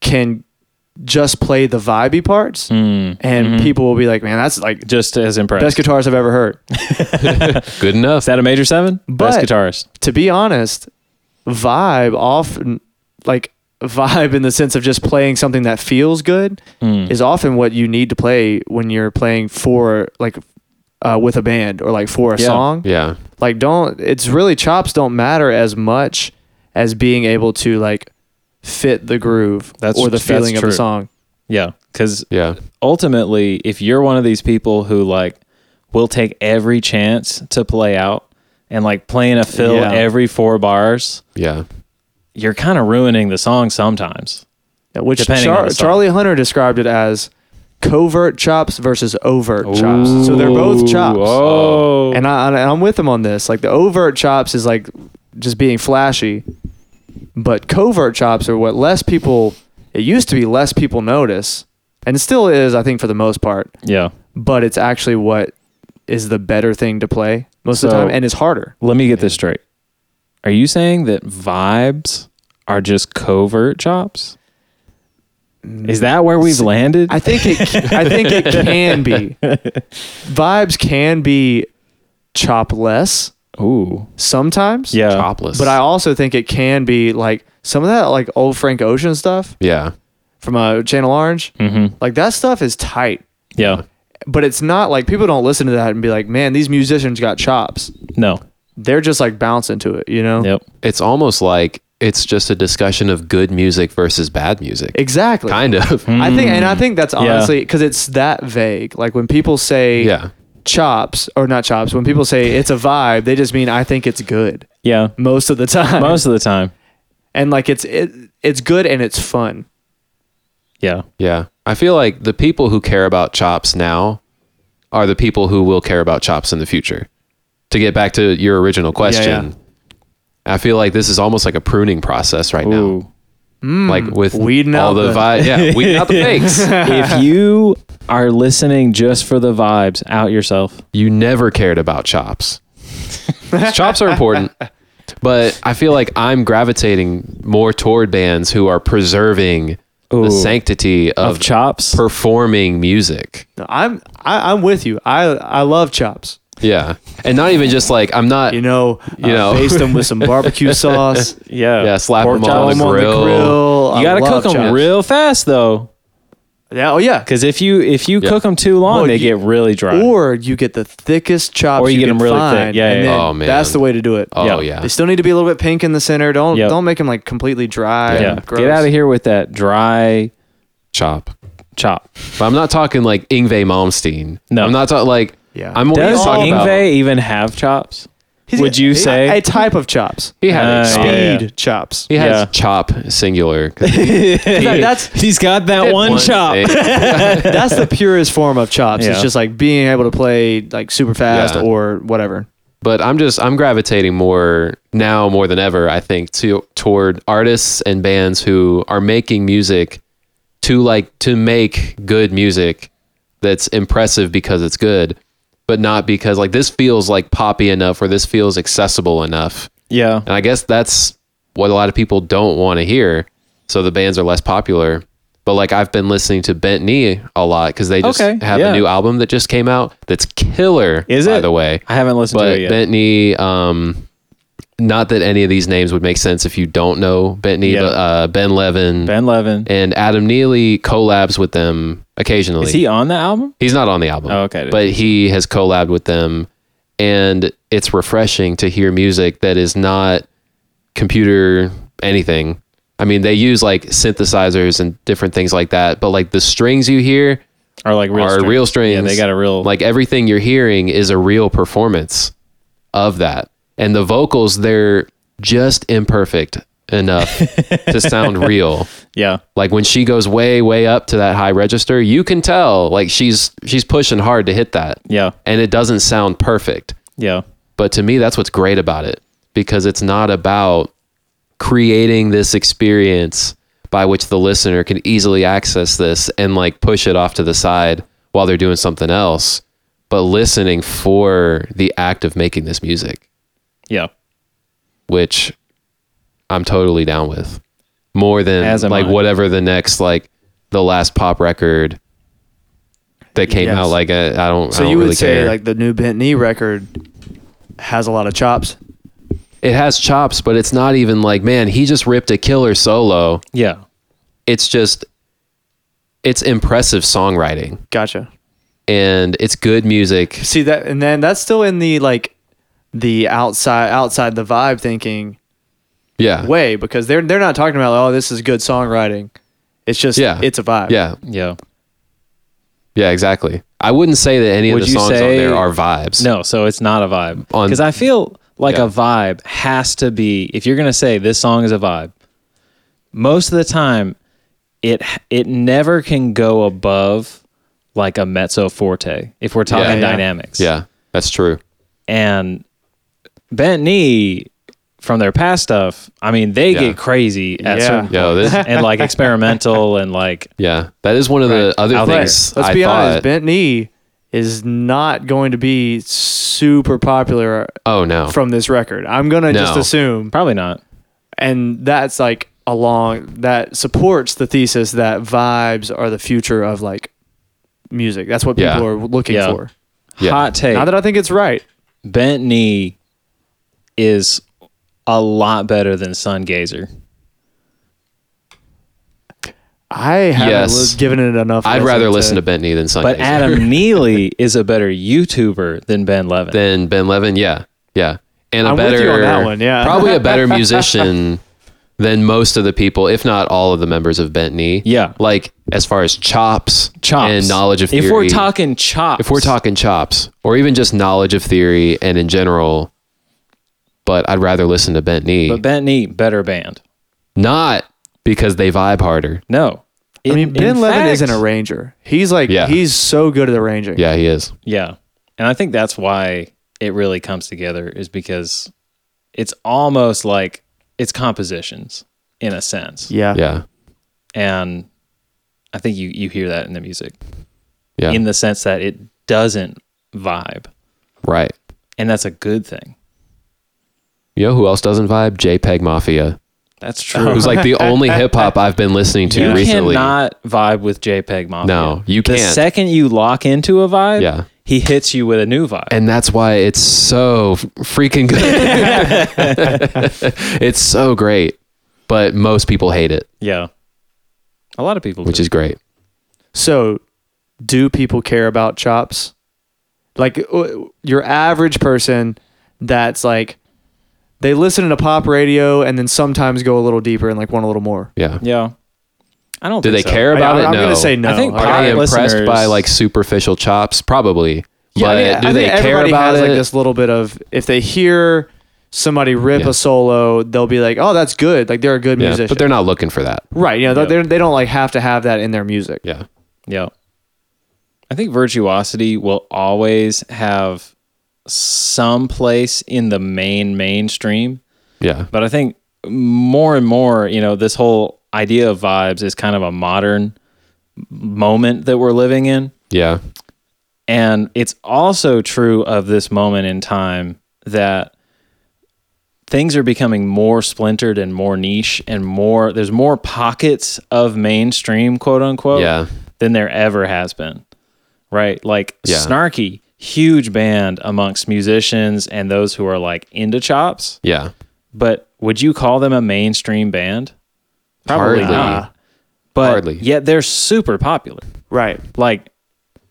Speaker 1: can just play the vibey parts,
Speaker 3: Mm,
Speaker 1: and
Speaker 3: mm-hmm.
Speaker 1: people will be like, "Man, that's like
Speaker 3: Hmm. Just as impressed.
Speaker 1: best guitarist I've ever heard."
Speaker 2: Good enough.
Speaker 3: Is that a major seven? Best
Speaker 1: But-
Speaker 3: guitarist.
Speaker 1: to be honest, vibe often like vibe in the sense of just playing something that feels good
Speaker 3: Mm.
Speaker 1: is often what you need to play when you're playing for like uh, with a band or like for a
Speaker 3: Yeah.
Speaker 1: song.
Speaker 2: Yeah.
Speaker 1: Like don't it's really chops don't matter as much as being able to like fit the groove
Speaker 3: That's-
Speaker 1: or the
Speaker 3: that's
Speaker 1: feeling of
Speaker 3: true.
Speaker 1: the song.
Speaker 3: Yeah, because
Speaker 2: Yeah.
Speaker 3: ultimately, if you're one of these people who like will take every chance to play out and like playing a fill
Speaker 1: Yeah.
Speaker 3: every four bars,
Speaker 2: Yeah.
Speaker 3: you're kind of ruining the song sometimes.
Speaker 1: Which
Speaker 3: Depending on
Speaker 1: Char-
Speaker 3: the song.
Speaker 1: Charlie Hunter described it as covert chops versus overt chops. So they're both chops.
Speaker 3: Oh,
Speaker 1: and I and I'm with him on this. Like the overt chops is like just being flashy, but covert chops are what less people. It used to be less people notice, and it still is, I think, for the most part.
Speaker 3: yeah.
Speaker 1: But it's actually what is the better thing to play most of the
Speaker 3: So-
Speaker 1: time, and it's harder.
Speaker 3: Let me get this straight. Are you saying that vibes are just covert chops? Is that where we've landed?
Speaker 1: I think it. I think it can
Speaker 3: *laughs*
Speaker 1: be. Vibes can be chopless
Speaker 3: Ooh,
Speaker 1: sometimes.
Speaker 3: yeah.
Speaker 2: Topless.
Speaker 1: But I also think it can be like some of that like old Frank Ocean stuff.
Speaker 2: Yeah.
Speaker 1: from uh, Channel Orange. Mm-hmm. Like that stuff is tight,
Speaker 3: Yeah.
Speaker 1: but it's not like people don't listen to that and be like, "Man, these musicians got chops."
Speaker 3: No.
Speaker 1: They're just like bouncing to it, you know.
Speaker 3: Yep.
Speaker 2: It's almost like it's just a discussion of good music versus bad music.
Speaker 1: Exactly. Hmm.
Speaker 2: Kind
Speaker 1: *laughs*
Speaker 2: of.
Speaker 1: I think, and I think that's
Speaker 3: Mm. Yeah.
Speaker 1: honestly because it's that vague. Like when people say
Speaker 2: Yeah.
Speaker 1: chops or not chops, when people say it's a vibe, they just mean I think it's good
Speaker 3: *laughs* Yeah.
Speaker 1: most of the *laughs* time.
Speaker 3: Most of the time.
Speaker 1: and like it's it, it's good and it's fun.
Speaker 3: Yeah.
Speaker 2: Yeah. I feel like the people who care about chops now are the people who will care about chops in the future. To get back to your original question, I feel like this is almost like a pruning process right now.
Speaker 3: Ooh.
Speaker 2: like with
Speaker 1: Hmm. weeding
Speaker 2: all
Speaker 1: out
Speaker 2: the,
Speaker 1: the-
Speaker 2: vi- yeah, weeding out the
Speaker 1: *laughs*
Speaker 2: fakes. *laughs*
Speaker 3: if you are listening just for the vibes, out yourself.
Speaker 2: you never cared about chops.
Speaker 3: *laughs*
Speaker 2: chops are important, but I feel like I'm gravitating more toward bands who are preserving
Speaker 3: Ooh.
Speaker 2: the sanctity of,
Speaker 3: Of chops.
Speaker 2: performing music.
Speaker 1: No, I'm I, I'm with you. I I love chops.
Speaker 2: Yeah. And not even just like I'm not
Speaker 1: You know, you
Speaker 2: know.
Speaker 1: baste them with some
Speaker 3: *laughs*
Speaker 1: barbecue sauce.
Speaker 3: yeah.
Speaker 2: yeah, slap
Speaker 3: Pork
Speaker 2: them on
Speaker 3: chops.
Speaker 2: the,
Speaker 1: on the
Speaker 2: grill.
Speaker 1: grill. I
Speaker 3: You gotta
Speaker 1: love
Speaker 3: cook them
Speaker 1: chops.
Speaker 3: real fast though,
Speaker 1: Yeah, oh yeah.
Speaker 3: because if you if you cook 'em cook them too long,
Speaker 1: Well,
Speaker 3: they
Speaker 1: you-
Speaker 3: get really dry.
Speaker 1: Or you get the thickest chops.
Speaker 3: Or you get
Speaker 1: can
Speaker 3: 'em really
Speaker 1: find,
Speaker 3: thick. Yeah,
Speaker 1: and
Speaker 3: yeah,
Speaker 1: then
Speaker 2: yeah. Oh, man.
Speaker 1: that's the way to do it.
Speaker 2: Oh
Speaker 3: Yeah.
Speaker 2: yeah.
Speaker 1: They still need to be a little bit pink in the center. Don't
Speaker 3: Yep.
Speaker 1: don't make them like completely dry.
Speaker 3: yeah.
Speaker 1: and gross.
Speaker 3: Get out of here with that dry
Speaker 2: Chop.
Speaker 3: chop.
Speaker 2: But I'm not talking like Ingve Malmsteen.
Speaker 3: No.
Speaker 2: I'm not talking like
Speaker 1: Yeah.
Speaker 2: I'm only
Speaker 3: Does
Speaker 2: talking
Speaker 3: Ingve
Speaker 2: about
Speaker 3: even have chops?
Speaker 1: He's
Speaker 3: Would
Speaker 1: got-
Speaker 3: you
Speaker 1: a-
Speaker 3: say-
Speaker 1: a, type of chops?
Speaker 2: he had
Speaker 3: Uh,
Speaker 2: a chop.
Speaker 3: *laughs* yeah, yeah.
Speaker 1: Speed chops.
Speaker 2: He has
Speaker 3: Yeah.
Speaker 2: chop singular. 'cause he
Speaker 1: That-
Speaker 2: *laughs*
Speaker 1: that's
Speaker 3: He's got that
Speaker 2: did
Speaker 3: *laughs* one chop.
Speaker 2: thing.
Speaker 1: that's the purest form of chops.
Speaker 3: Yeah.
Speaker 1: It's just like being able to play like super fast
Speaker 2: Yeah.
Speaker 1: or whatever.
Speaker 2: but I'm just I'm gravitating more now more than ever I think to toward artists and bands who are making music to like to make good music that's impressive because it's good but not because like this feels like poppy enough or this feels accessible enough
Speaker 3: Yeah.
Speaker 2: and I guess that's what a lot of people don't want to hear so the bands are less popular but like I've been listening to Bent Knee a lot cuz they just
Speaker 3: Okay,
Speaker 2: have
Speaker 3: yeah.
Speaker 2: a new album that just came out that's killer
Speaker 3: Is
Speaker 2: by
Speaker 3: it?
Speaker 2: the way
Speaker 3: I haven't listened to
Speaker 2: but
Speaker 3: it yet.
Speaker 2: Bentney, um, not that any of these names would make sense if you don't know Bentney,
Speaker 3: Yeah.
Speaker 2: but uh, Ben Levin
Speaker 3: ben Levin.
Speaker 2: and Adam Neely collabs with them occasionally.
Speaker 3: Is he on the album?
Speaker 2: He's not on the album.
Speaker 3: Oh, okay.
Speaker 2: But he has collabed with them, and it's refreshing to hear music that is not computer anything. I mean, they use like synthesizers and different things like that, but like the strings you hear
Speaker 3: Or like real
Speaker 2: are
Speaker 3: strings?
Speaker 2: real strings.
Speaker 3: Yeah, they got a real
Speaker 2: like everything you're hearing is a real performance of that. And the vocals, they're just imperfect.
Speaker 3: *laughs*
Speaker 2: enough to sound real.
Speaker 3: Yeah.
Speaker 2: Like when she goes way way up to that high register, you can tell like she's she's pushing hard to hit that.
Speaker 3: Yeah.
Speaker 2: And it doesn't sound perfect.
Speaker 3: Yeah.
Speaker 2: But to me, that's what's great about it because it's not about creating this experience by which the listener can easily access this and like push it off to the side while they're doing something else, but listening for the act of making this music,
Speaker 3: Yeah.
Speaker 2: which I'm totally down with more than
Speaker 3: As am
Speaker 2: like
Speaker 3: I.
Speaker 2: whatever the next, like the last pop record that came
Speaker 1: Yes.
Speaker 2: out. Like, I I don't, I
Speaker 1: So
Speaker 2: don't
Speaker 1: you would
Speaker 2: really
Speaker 1: say
Speaker 2: care.
Speaker 1: like the new bent knee record has a lot of chops.
Speaker 2: it has chops, but it's not even like, man, he just ripped a killer solo.
Speaker 3: Yeah.
Speaker 2: It's just, it's impressive songwriting
Speaker 1: Gotcha.
Speaker 2: and it's good music.
Speaker 1: See that, and then that's still in the like the outside outside the vibe thinking
Speaker 2: Yeah.
Speaker 1: way because they're they're not talking about oh this is good songwriting. It's just
Speaker 2: Yeah.
Speaker 1: it's a vibe.
Speaker 2: Yeah.
Speaker 3: Yeah.
Speaker 2: Yeah, exactly. I wouldn't say that any
Speaker 3: Would
Speaker 2: of the
Speaker 3: you
Speaker 2: songs on
Speaker 3: say-
Speaker 2: there are vibes.
Speaker 3: No, so it's not a vibe.
Speaker 2: On-
Speaker 3: Because I feel like
Speaker 2: Yeah.
Speaker 3: a vibe has to be if you're gonna say this song is a vibe, most of the time it it never can go above like a mezzo forte if we're talking
Speaker 2: Yeah,
Speaker 1: yeah.
Speaker 3: dynamics.
Speaker 2: Yeah, that's true.
Speaker 3: And bent knee from their past stuff, I mean they
Speaker 2: Yeah.
Speaker 3: get crazy at
Speaker 1: Yeah.
Speaker 3: certain
Speaker 2: Yo, this,
Speaker 3: and like experimental and like
Speaker 2: yeah, that is one of the
Speaker 3: Right.
Speaker 2: other
Speaker 3: Out there.
Speaker 2: things.
Speaker 1: Let's
Speaker 2: I
Speaker 1: be
Speaker 2: thought,
Speaker 1: honest, bent knee is not going to be super popular
Speaker 2: oh no,
Speaker 1: from this record. I'm gonna just
Speaker 2: No.
Speaker 1: assume,
Speaker 3: probably not.
Speaker 1: and that's like along that supports the thesis that vibes are the future of like music. That's what people
Speaker 2: Yeah.
Speaker 1: are looking
Speaker 3: Yeah.
Speaker 1: for.
Speaker 2: Yeah.
Speaker 3: Hot take.
Speaker 1: Not that I think it's right.
Speaker 3: bent knee is a lot better than sun gazer.
Speaker 1: I haven't
Speaker 2: Yes.
Speaker 1: li- given it enough.
Speaker 2: I'd rather listen to Bentney than Sunday. *laughs*
Speaker 3: But Adam Neely is a better YouTuber than Ben Levin.
Speaker 2: than Ben Levin. Yeah, yeah, and a
Speaker 1: I'm
Speaker 2: better
Speaker 1: with you on that one, yeah.
Speaker 2: probably a
Speaker 3: *laughs*
Speaker 2: better musician than most of the people, if not all of the members of Bentney.
Speaker 3: Yeah.
Speaker 2: like as far as chops,
Speaker 3: chops
Speaker 2: and knowledge of
Speaker 3: If
Speaker 2: theory.
Speaker 3: we're talking chops,
Speaker 2: if we're talking chops, or even just knowledge of theory and in general. But I'd rather listen to Bentney,
Speaker 3: but Bent Knee better band.
Speaker 2: not because they vibe harder.
Speaker 3: No,
Speaker 1: I
Speaker 3: In-
Speaker 1: mean, Ben
Speaker 3: in
Speaker 1: Levin isn't
Speaker 3: fact-
Speaker 1: a ranger. He's like
Speaker 2: Yeah.
Speaker 1: he's so good at arranging.
Speaker 2: Yeah, he is.
Speaker 3: Yeah, and I think that's why it really comes together is because it's almost like it's compositions in a sense,
Speaker 1: Yeah.
Speaker 2: Yeah,
Speaker 3: and I think you you hear that in the music
Speaker 2: yeah,
Speaker 3: in the sense that it doesn't vibe.
Speaker 2: right.
Speaker 3: and that's a good thing.
Speaker 2: You know who else doesn't vibe? JPEG Mafia.
Speaker 3: That's true.
Speaker 2: Who's like the
Speaker 3: *laughs*
Speaker 2: only hip hop I've been listening to
Speaker 3: Oh, you
Speaker 2: recently.
Speaker 3: cannot vibe with JPEG Mafia.
Speaker 2: No, you
Speaker 3: The
Speaker 2: can't.
Speaker 3: second you lock into a vibe,
Speaker 2: Yeah.
Speaker 3: he hits you with a new vibe.
Speaker 2: and that's why it's so f- freaking
Speaker 1: *laughs*
Speaker 2: good. it's so great, but most people hate it,
Speaker 3: yeah, a lot of people.
Speaker 2: which
Speaker 3: do.
Speaker 2: is great.
Speaker 1: So, do people care about chops? Like uh, your average person that's like they listen to pop radio and then sometimes go a little deeper and like want a little more.
Speaker 2: Yeah.
Speaker 3: yeah. I don't.
Speaker 2: Do
Speaker 3: think
Speaker 2: they
Speaker 3: so.
Speaker 2: care about
Speaker 1: I,
Speaker 2: it?
Speaker 1: am
Speaker 2: no.
Speaker 1: gonna say no.
Speaker 3: I think
Speaker 1: Like,
Speaker 2: Are
Speaker 3: Pop
Speaker 2: they impressed
Speaker 3: listeners-
Speaker 2: by like superficial chops? Probably.
Speaker 1: Yeah, I mean,
Speaker 2: but do
Speaker 1: I
Speaker 2: they
Speaker 1: think
Speaker 2: care
Speaker 1: everybody
Speaker 2: about
Speaker 1: has
Speaker 2: it?
Speaker 1: like this little bit of if they hear somebody rip
Speaker 2: Yeah.
Speaker 1: a solo, they'll be like, "Oh, that's good." Like they're a good
Speaker 2: yeah,
Speaker 1: musician.
Speaker 2: but they're not looking for that.
Speaker 1: right. You know,
Speaker 3: Yeah.
Speaker 1: they're- they don't like have to have that in their music.
Speaker 2: Yeah.
Speaker 3: Yeah. I think virtuosity will always have some place in the main mainstream,
Speaker 2: Yeah.
Speaker 3: but I think more and more, you know, this whole idea of vibes is kind of a modern moment that we're living in.
Speaker 2: Yeah.
Speaker 3: And it's also true of this moment in time that things are becoming more splintered and more niche and more there's more pockets of mainstream quote unquote
Speaker 2: Yeah.
Speaker 3: than there ever has been. Right? Like
Speaker 2: Yeah.
Speaker 3: Snarky, huge band amongst musicians and those who are like into chops,
Speaker 2: Yeah.
Speaker 3: but would you call them a mainstream band? Probably
Speaker 2: Hardly.
Speaker 1: Ah,
Speaker 3: not. But
Speaker 2: Hardly.
Speaker 3: yet they're super popular
Speaker 1: Right.
Speaker 3: like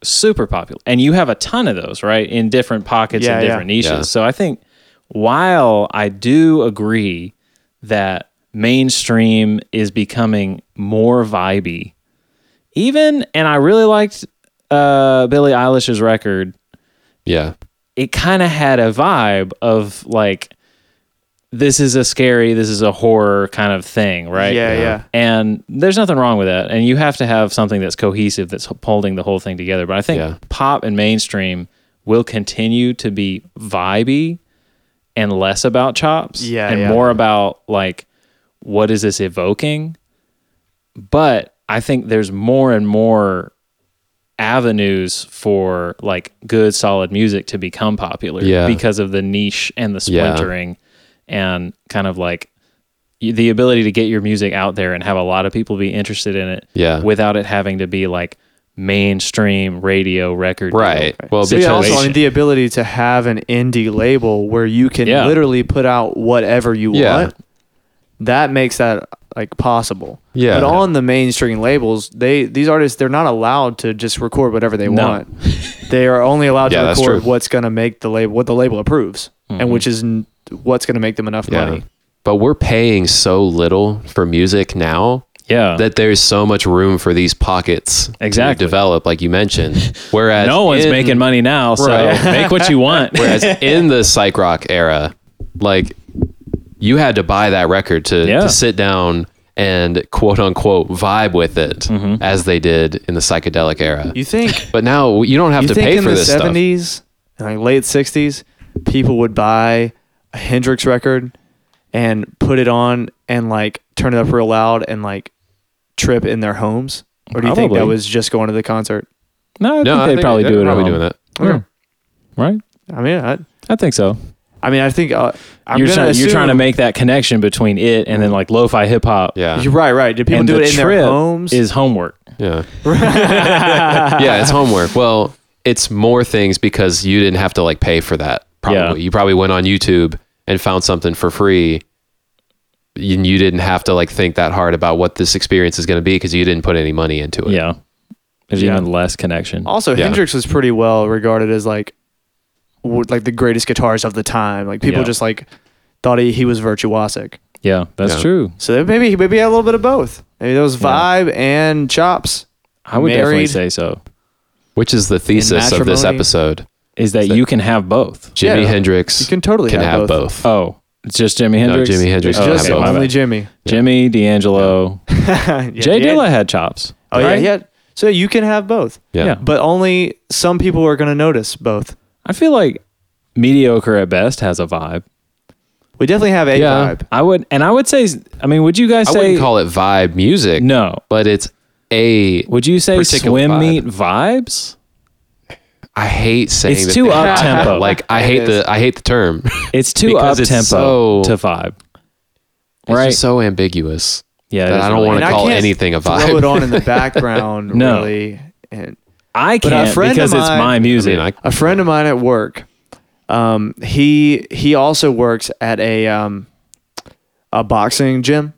Speaker 3: super popular and you have a ton of those right in different pockets
Speaker 1: Yeah,
Speaker 3: and
Speaker 1: yeah.
Speaker 3: different niches
Speaker 2: Yeah.
Speaker 3: so i think while i do agree that mainstream is becoming more vibey even and i really liked uh billie eilish's record
Speaker 2: Yeah.
Speaker 3: it kind of had a vibe of like this is a scary, this is a horror kind of thing, right?
Speaker 1: Yeah, yeah.
Speaker 3: And there's nothing wrong with that. And you have to have something that's cohesive that's holding the whole thing together. But I think
Speaker 2: Yeah.
Speaker 3: pop and mainstream will continue to be vibey and less about chops
Speaker 1: Yeah,
Speaker 3: and
Speaker 1: yeah.
Speaker 3: more about like what is this evoking? But I think there's more and more avenues for like good solid music to become popular
Speaker 2: Yeah.
Speaker 3: because of the niche and the
Speaker 2: Yeah.
Speaker 3: splintering and kind of like y- the ability to get your music out there and have a lot of people be interested in it
Speaker 2: Yeah.
Speaker 3: without it having to be like mainstream radio record deal.
Speaker 2: Right. Well,
Speaker 1: So yeah, also I mean
Speaker 3: Situation.
Speaker 1: the ability to have an indie label where you can
Speaker 3: Yeah.
Speaker 1: literally put out whatever you
Speaker 2: Yeah.
Speaker 1: want. That makes that like possible.
Speaker 2: Yeah.
Speaker 1: But on the mainstream labels, they these artists they're not allowed to just record whatever they
Speaker 3: No.
Speaker 2: *laughs*
Speaker 1: want. they are only allowed
Speaker 2: Yeah,
Speaker 1: to
Speaker 2: that's
Speaker 1: record
Speaker 2: true. Mm-hmm.
Speaker 1: what's going to make the label what the label approves, and which is n- what's going to make them enough money.
Speaker 2: But we're paying so little for music now
Speaker 3: yeah
Speaker 2: that there's so much room for these pockets
Speaker 3: Exactly.
Speaker 2: to develop, like you mentioned. Whereas
Speaker 3: *laughs* no one's
Speaker 2: in-
Speaker 3: making money now so
Speaker 2: Right.
Speaker 3: make what you want
Speaker 2: *laughs* Whereas in the psych rock era, like you had to buy that record to,
Speaker 3: Yeah.
Speaker 2: to sit down and quote unquote vibe with it
Speaker 3: Mm-hmm.
Speaker 2: as they did in the psychedelic era.
Speaker 1: You think
Speaker 2: but now you don't have
Speaker 1: you
Speaker 2: to
Speaker 1: think
Speaker 2: pay
Speaker 1: in
Speaker 2: for
Speaker 1: the
Speaker 2: this stuff.
Speaker 1: seventies and like late sixties, people would buy a Hendrix record and put it on and like turn it up real loud and like trip in their homes? Or do you think that
Speaker 3: Probably.
Speaker 1: was just going to the concert?
Speaker 3: no i think
Speaker 2: No, I
Speaker 3: they'd
Speaker 2: think
Speaker 3: probably
Speaker 2: they're
Speaker 3: do it at
Speaker 2: probably
Speaker 3: home.
Speaker 2: doing that.
Speaker 3: Yeah. right
Speaker 1: I mean, I,
Speaker 3: i think so
Speaker 1: I mean, I think uh, I'm
Speaker 3: you're,
Speaker 1: gonna
Speaker 3: trying, you're trying to
Speaker 1: assume-
Speaker 3: make that connection between it and then like lo-fi hip-hop
Speaker 2: Yeah.
Speaker 1: You're right, right. Did people
Speaker 3: and
Speaker 1: do
Speaker 3: the
Speaker 1: it in
Speaker 3: trip
Speaker 1: their homes?
Speaker 3: is homework
Speaker 2: Yeah. *laughs* yeah, it's homework. Well, it's more things because you didn't have to like pay for that. Probably.
Speaker 3: Yeah.
Speaker 2: You probably went on YouTube and found something for free. And you didn't have to like think that hard about what this experience is going to be because you didn't put any money into it.
Speaker 3: yeah there's
Speaker 1: Yeah.
Speaker 3: even less connection
Speaker 1: also,
Speaker 2: Yeah.
Speaker 1: Hendrix was pretty well regarded as like w- like the greatest guitarist of the time. Like people
Speaker 3: Yeah.
Speaker 1: just like thought he, he was virtuosic.
Speaker 3: yeah that's
Speaker 2: Yeah.
Speaker 3: true
Speaker 1: So maybe maybe he had a little bit of both. Maybe there was vibe and chops.
Speaker 3: i would
Speaker 1: Married.
Speaker 3: definitely say so
Speaker 2: Which is the thesis of this
Speaker 1: matrimony.
Speaker 2: episode.
Speaker 3: is that
Speaker 2: that-
Speaker 3: you can have both
Speaker 2: Jimi
Speaker 1: Yeah.
Speaker 2: Hendrix
Speaker 1: You can totally
Speaker 2: can
Speaker 1: have
Speaker 2: have both.
Speaker 3: oh it's just jimi hendrix
Speaker 2: Jimi Hendrix
Speaker 3: oh,
Speaker 2: can
Speaker 1: Just
Speaker 2: have
Speaker 3: okay,
Speaker 2: both.
Speaker 3: my
Speaker 1: only
Speaker 3: bad.
Speaker 1: Jimmy.
Speaker 3: jimmy d'angelo
Speaker 1: yeah,
Speaker 3: jay
Speaker 1: yeah.
Speaker 3: dilla had chops
Speaker 1: Oh yeah,
Speaker 3: right?
Speaker 1: yeah. So you can have both,
Speaker 2: Yeah.
Speaker 3: Yeah.
Speaker 1: but only some people are going to notice both.
Speaker 3: i feel like mediocre at best has a vibe
Speaker 1: We definitely have a
Speaker 2: Yeah.
Speaker 1: vibe.
Speaker 3: i would and i would say i mean would you guys
Speaker 2: I
Speaker 3: say
Speaker 2: wouldn't call it vibe music.
Speaker 3: no
Speaker 2: But it's a.
Speaker 3: would you say
Speaker 2: Particular
Speaker 3: swim
Speaker 2: vibe.
Speaker 3: meet vibes
Speaker 2: I hate saying
Speaker 3: It's
Speaker 2: the
Speaker 3: too
Speaker 2: thing.
Speaker 3: up-tempo.
Speaker 2: *laughs* like I
Speaker 1: It
Speaker 2: hate
Speaker 1: is.
Speaker 2: the I hate the term.
Speaker 3: It's too up
Speaker 2: Because it's
Speaker 3: tempo
Speaker 2: so-
Speaker 3: to vibe.
Speaker 2: It's
Speaker 3: *laughs* Right.
Speaker 2: just so ambiguous.
Speaker 3: Yeah, it
Speaker 2: that
Speaker 3: is
Speaker 2: I don't
Speaker 3: really-
Speaker 2: want
Speaker 1: And
Speaker 2: to
Speaker 1: I
Speaker 2: call
Speaker 1: can't
Speaker 2: anything a vibe.
Speaker 1: Throw it on in
Speaker 3: *laughs*
Speaker 1: the background,
Speaker 3: No.
Speaker 1: really. And
Speaker 3: I
Speaker 1: a
Speaker 3: can't
Speaker 1: friend of
Speaker 3: because it's
Speaker 1: mine-
Speaker 3: my music.
Speaker 2: I mean,
Speaker 1: a friend of mine at work, um, he he also works at a um, a boxing gym,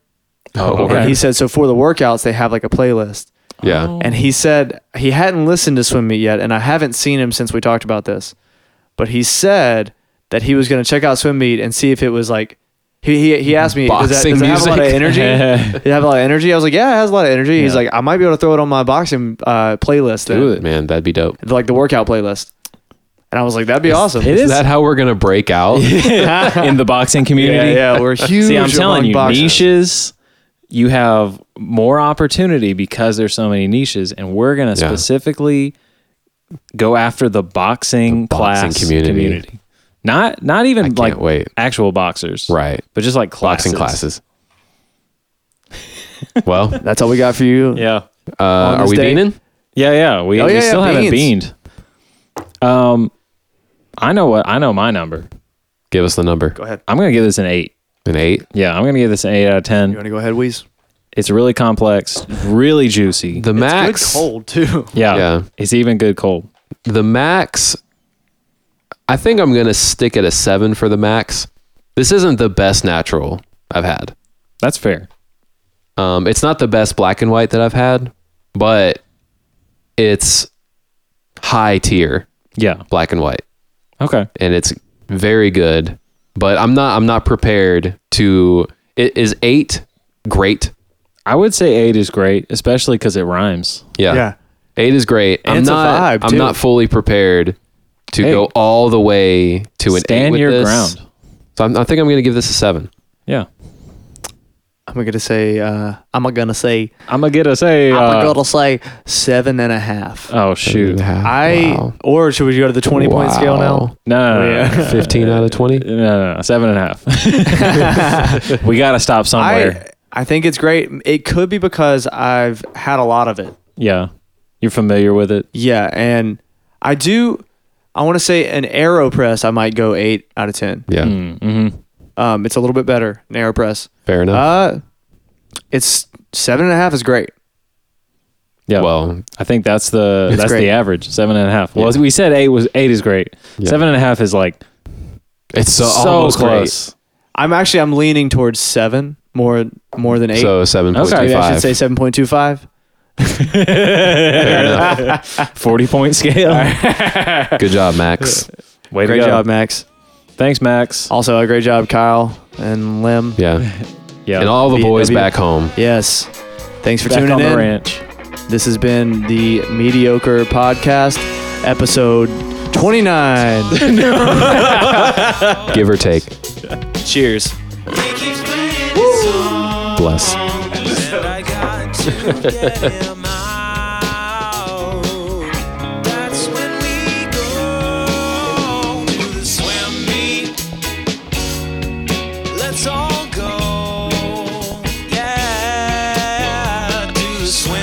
Speaker 2: oh,
Speaker 3: okay.
Speaker 1: and he said so for the workouts they have like a playlist.
Speaker 2: yeah,
Speaker 1: And he said he hadn't listened to Swim Meet yet, and I haven't seen him since we talked about this. But he said that he was going to check out Swim Meet and see if it was like he he, he asked me does that,
Speaker 2: Boxing
Speaker 1: does it have a lot of
Speaker 2: music?
Speaker 3: *laughs*
Speaker 1: energy? Does it have a lot of energy? I was like, yeah, it has a lot of energy. He's
Speaker 3: Yeah.
Speaker 1: like, I might be able to throw it on my boxing uh, playlist, then.
Speaker 2: do it, man. That'd be dope.
Speaker 1: like the workout playlist. And I was like, that'd be awesome.
Speaker 3: it
Speaker 2: Is
Speaker 3: is
Speaker 2: that how we're gonna break out?
Speaker 3: *laughs* in
Speaker 2: *laughs*
Speaker 3: the boxing
Speaker 1: Yeah,
Speaker 3: community.
Speaker 1: yeah, we're huge.
Speaker 3: *laughs* See, I'm
Speaker 1: among
Speaker 3: telling you,
Speaker 1: boxers.
Speaker 3: niches. You have more opportunity because there's so many niches, and we're gonna
Speaker 2: Yeah.
Speaker 3: specifically go after the boxing,
Speaker 2: boxing
Speaker 3: class
Speaker 2: community.
Speaker 3: Not not even
Speaker 2: can't
Speaker 3: like
Speaker 2: wait.
Speaker 3: actual boxers,
Speaker 2: right,
Speaker 3: But just like classes.
Speaker 2: boxing classes.
Speaker 1: *laughs*
Speaker 2: well, uh,
Speaker 1: *laughs* That's all we got for you.
Speaker 3: Yeah.
Speaker 2: are
Speaker 1: this
Speaker 2: we
Speaker 1: day-
Speaker 2: beaning?
Speaker 3: Yeah, yeah. We,
Speaker 1: Oh,
Speaker 3: we
Speaker 1: yeah, yeah,
Speaker 3: still haven't
Speaker 1: beans.
Speaker 3: beaned. Um, I know what I know. My number.
Speaker 2: Give us the number.
Speaker 1: Go ahead.
Speaker 3: I'm gonna give this an eight.
Speaker 2: An eight.
Speaker 3: Yeah, I'm gonna give this an eight out of
Speaker 1: You
Speaker 3: ten.
Speaker 1: want to go ahead, Weez?
Speaker 3: It's really complex, really juicy.
Speaker 2: The max.
Speaker 1: It's cold too. *laughs*
Speaker 3: yeah,
Speaker 2: Yeah.
Speaker 3: it's even good cold.
Speaker 2: The max. I think I'm gonna stick at a seven for the max. This isn't the best natural I've had.
Speaker 3: That's fair.
Speaker 2: Um, it's not the best black and white that I've had, but it's high tier
Speaker 3: Yeah.
Speaker 2: black and white.
Speaker 3: Okay.
Speaker 2: and it's very good. But I'm not I'm not prepared to. It is eight great.
Speaker 3: I would say eight is great, especially because it rhymes.
Speaker 2: Yeah.
Speaker 1: Yeah.
Speaker 2: eight is great. I'm
Speaker 1: it's a
Speaker 2: not.
Speaker 1: vibe,
Speaker 2: I'm
Speaker 1: too.
Speaker 2: not fully prepared to
Speaker 3: Hey.
Speaker 2: go all the way to an eight
Speaker 3: Stand
Speaker 2: with
Speaker 3: your
Speaker 2: this.
Speaker 3: ground.
Speaker 2: So I'm, I think I'm going to give this a seven.
Speaker 3: Yeah.
Speaker 1: I'm gonna say uh, I'm gonna say
Speaker 3: I'm gonna get a say.
Speaker 1: I'm
Speaker 3: Uh,
Speaker 1: gonna say seven and a half.
Speaker 3: oh shoot! No,
Speaker 1: I
Speaker 2: Wow.
Speaker 1: or should we go to the twenty point scale now?
Speaker 2: Wow.
Speaker 3: no, no, no,
Speaker 1: Yeah.
Speaker 2: 15 out of
Speaker 3: *laughs*
Speaker 2: 20.
Speaker 3: no, no, no, seven and a
Speaker 1: *laughs*
Speaker 3: half. *laughs* we gotta stop somewhere.
Speaker 1: I I think it's great. It could be because I've had a lot of it.
Speaker 3: yeah, you're familiar with it.
Speaker 1: Yeah, and I do. I want to say an Aeropress. I might go eight out of ten.
Speaker 2: Yeah.
Speaker 3: Mm-hmm.
Speaker 1: Um, it's a little bit better. An Aeropress.
Speaker 2: Fair enough.
Speaker 1: Uh, it's seven and a half is great.
Speaker 3: Yeah.
Speaker 2: Well,
Speaker 3: I think that's the
Speaker 1: It's
Speaker 3: that's
Speaker 1: great.
Speaker 3: the average seven and a half. Well,
Speaker 2: Yeah.
Speaker 3: we said eight was eight is great.
Speaker 2: Yeah.
Speaker 3: Seven and a half is like
Speaker 2: it's so,
Speaker 3: so,
Speaker 2: almost close.
Speaker 3: close.
Speaker 1: I'm actually I'm leaning towards seven more more than eight.
Speaker 2: So 7.25.
Speaker 1: Maybe I should say seven point two five.
Speaker 2: Fair enough.
Speaker 3: Forty point scale.
Speaker 2: Good job, Max.
Speaker 3: Way to
Speaker 1: Great
Speaker 3: go.
Speaker 1: job, Max.
Speaker 3: Thanks, Max.
Speaker 1: Also, a great job, Kyle and Lim.
Speaker 2: Yeah.
Speaker 3: Yeah.
Speaker 2: And all the boys
Speaker 1: VW.
Speaker 2: back home.
Speaker 1: Yes. Thanks for
Speaker 3: back
Speaker 1: tuning
Speaker 3: on the
Speaker 1: in.
Speaker 3: ranch.
Speaker 1: This has been the Mediocre Podcast, episode 29.
Speaker 2: Give or take.
Speaker 1: Cheers.
Speaker 2: Bless.
Speaker 4: And I got to get him out. That's when we go to the swim meet. Let's all go, yeah, to the swim Oh,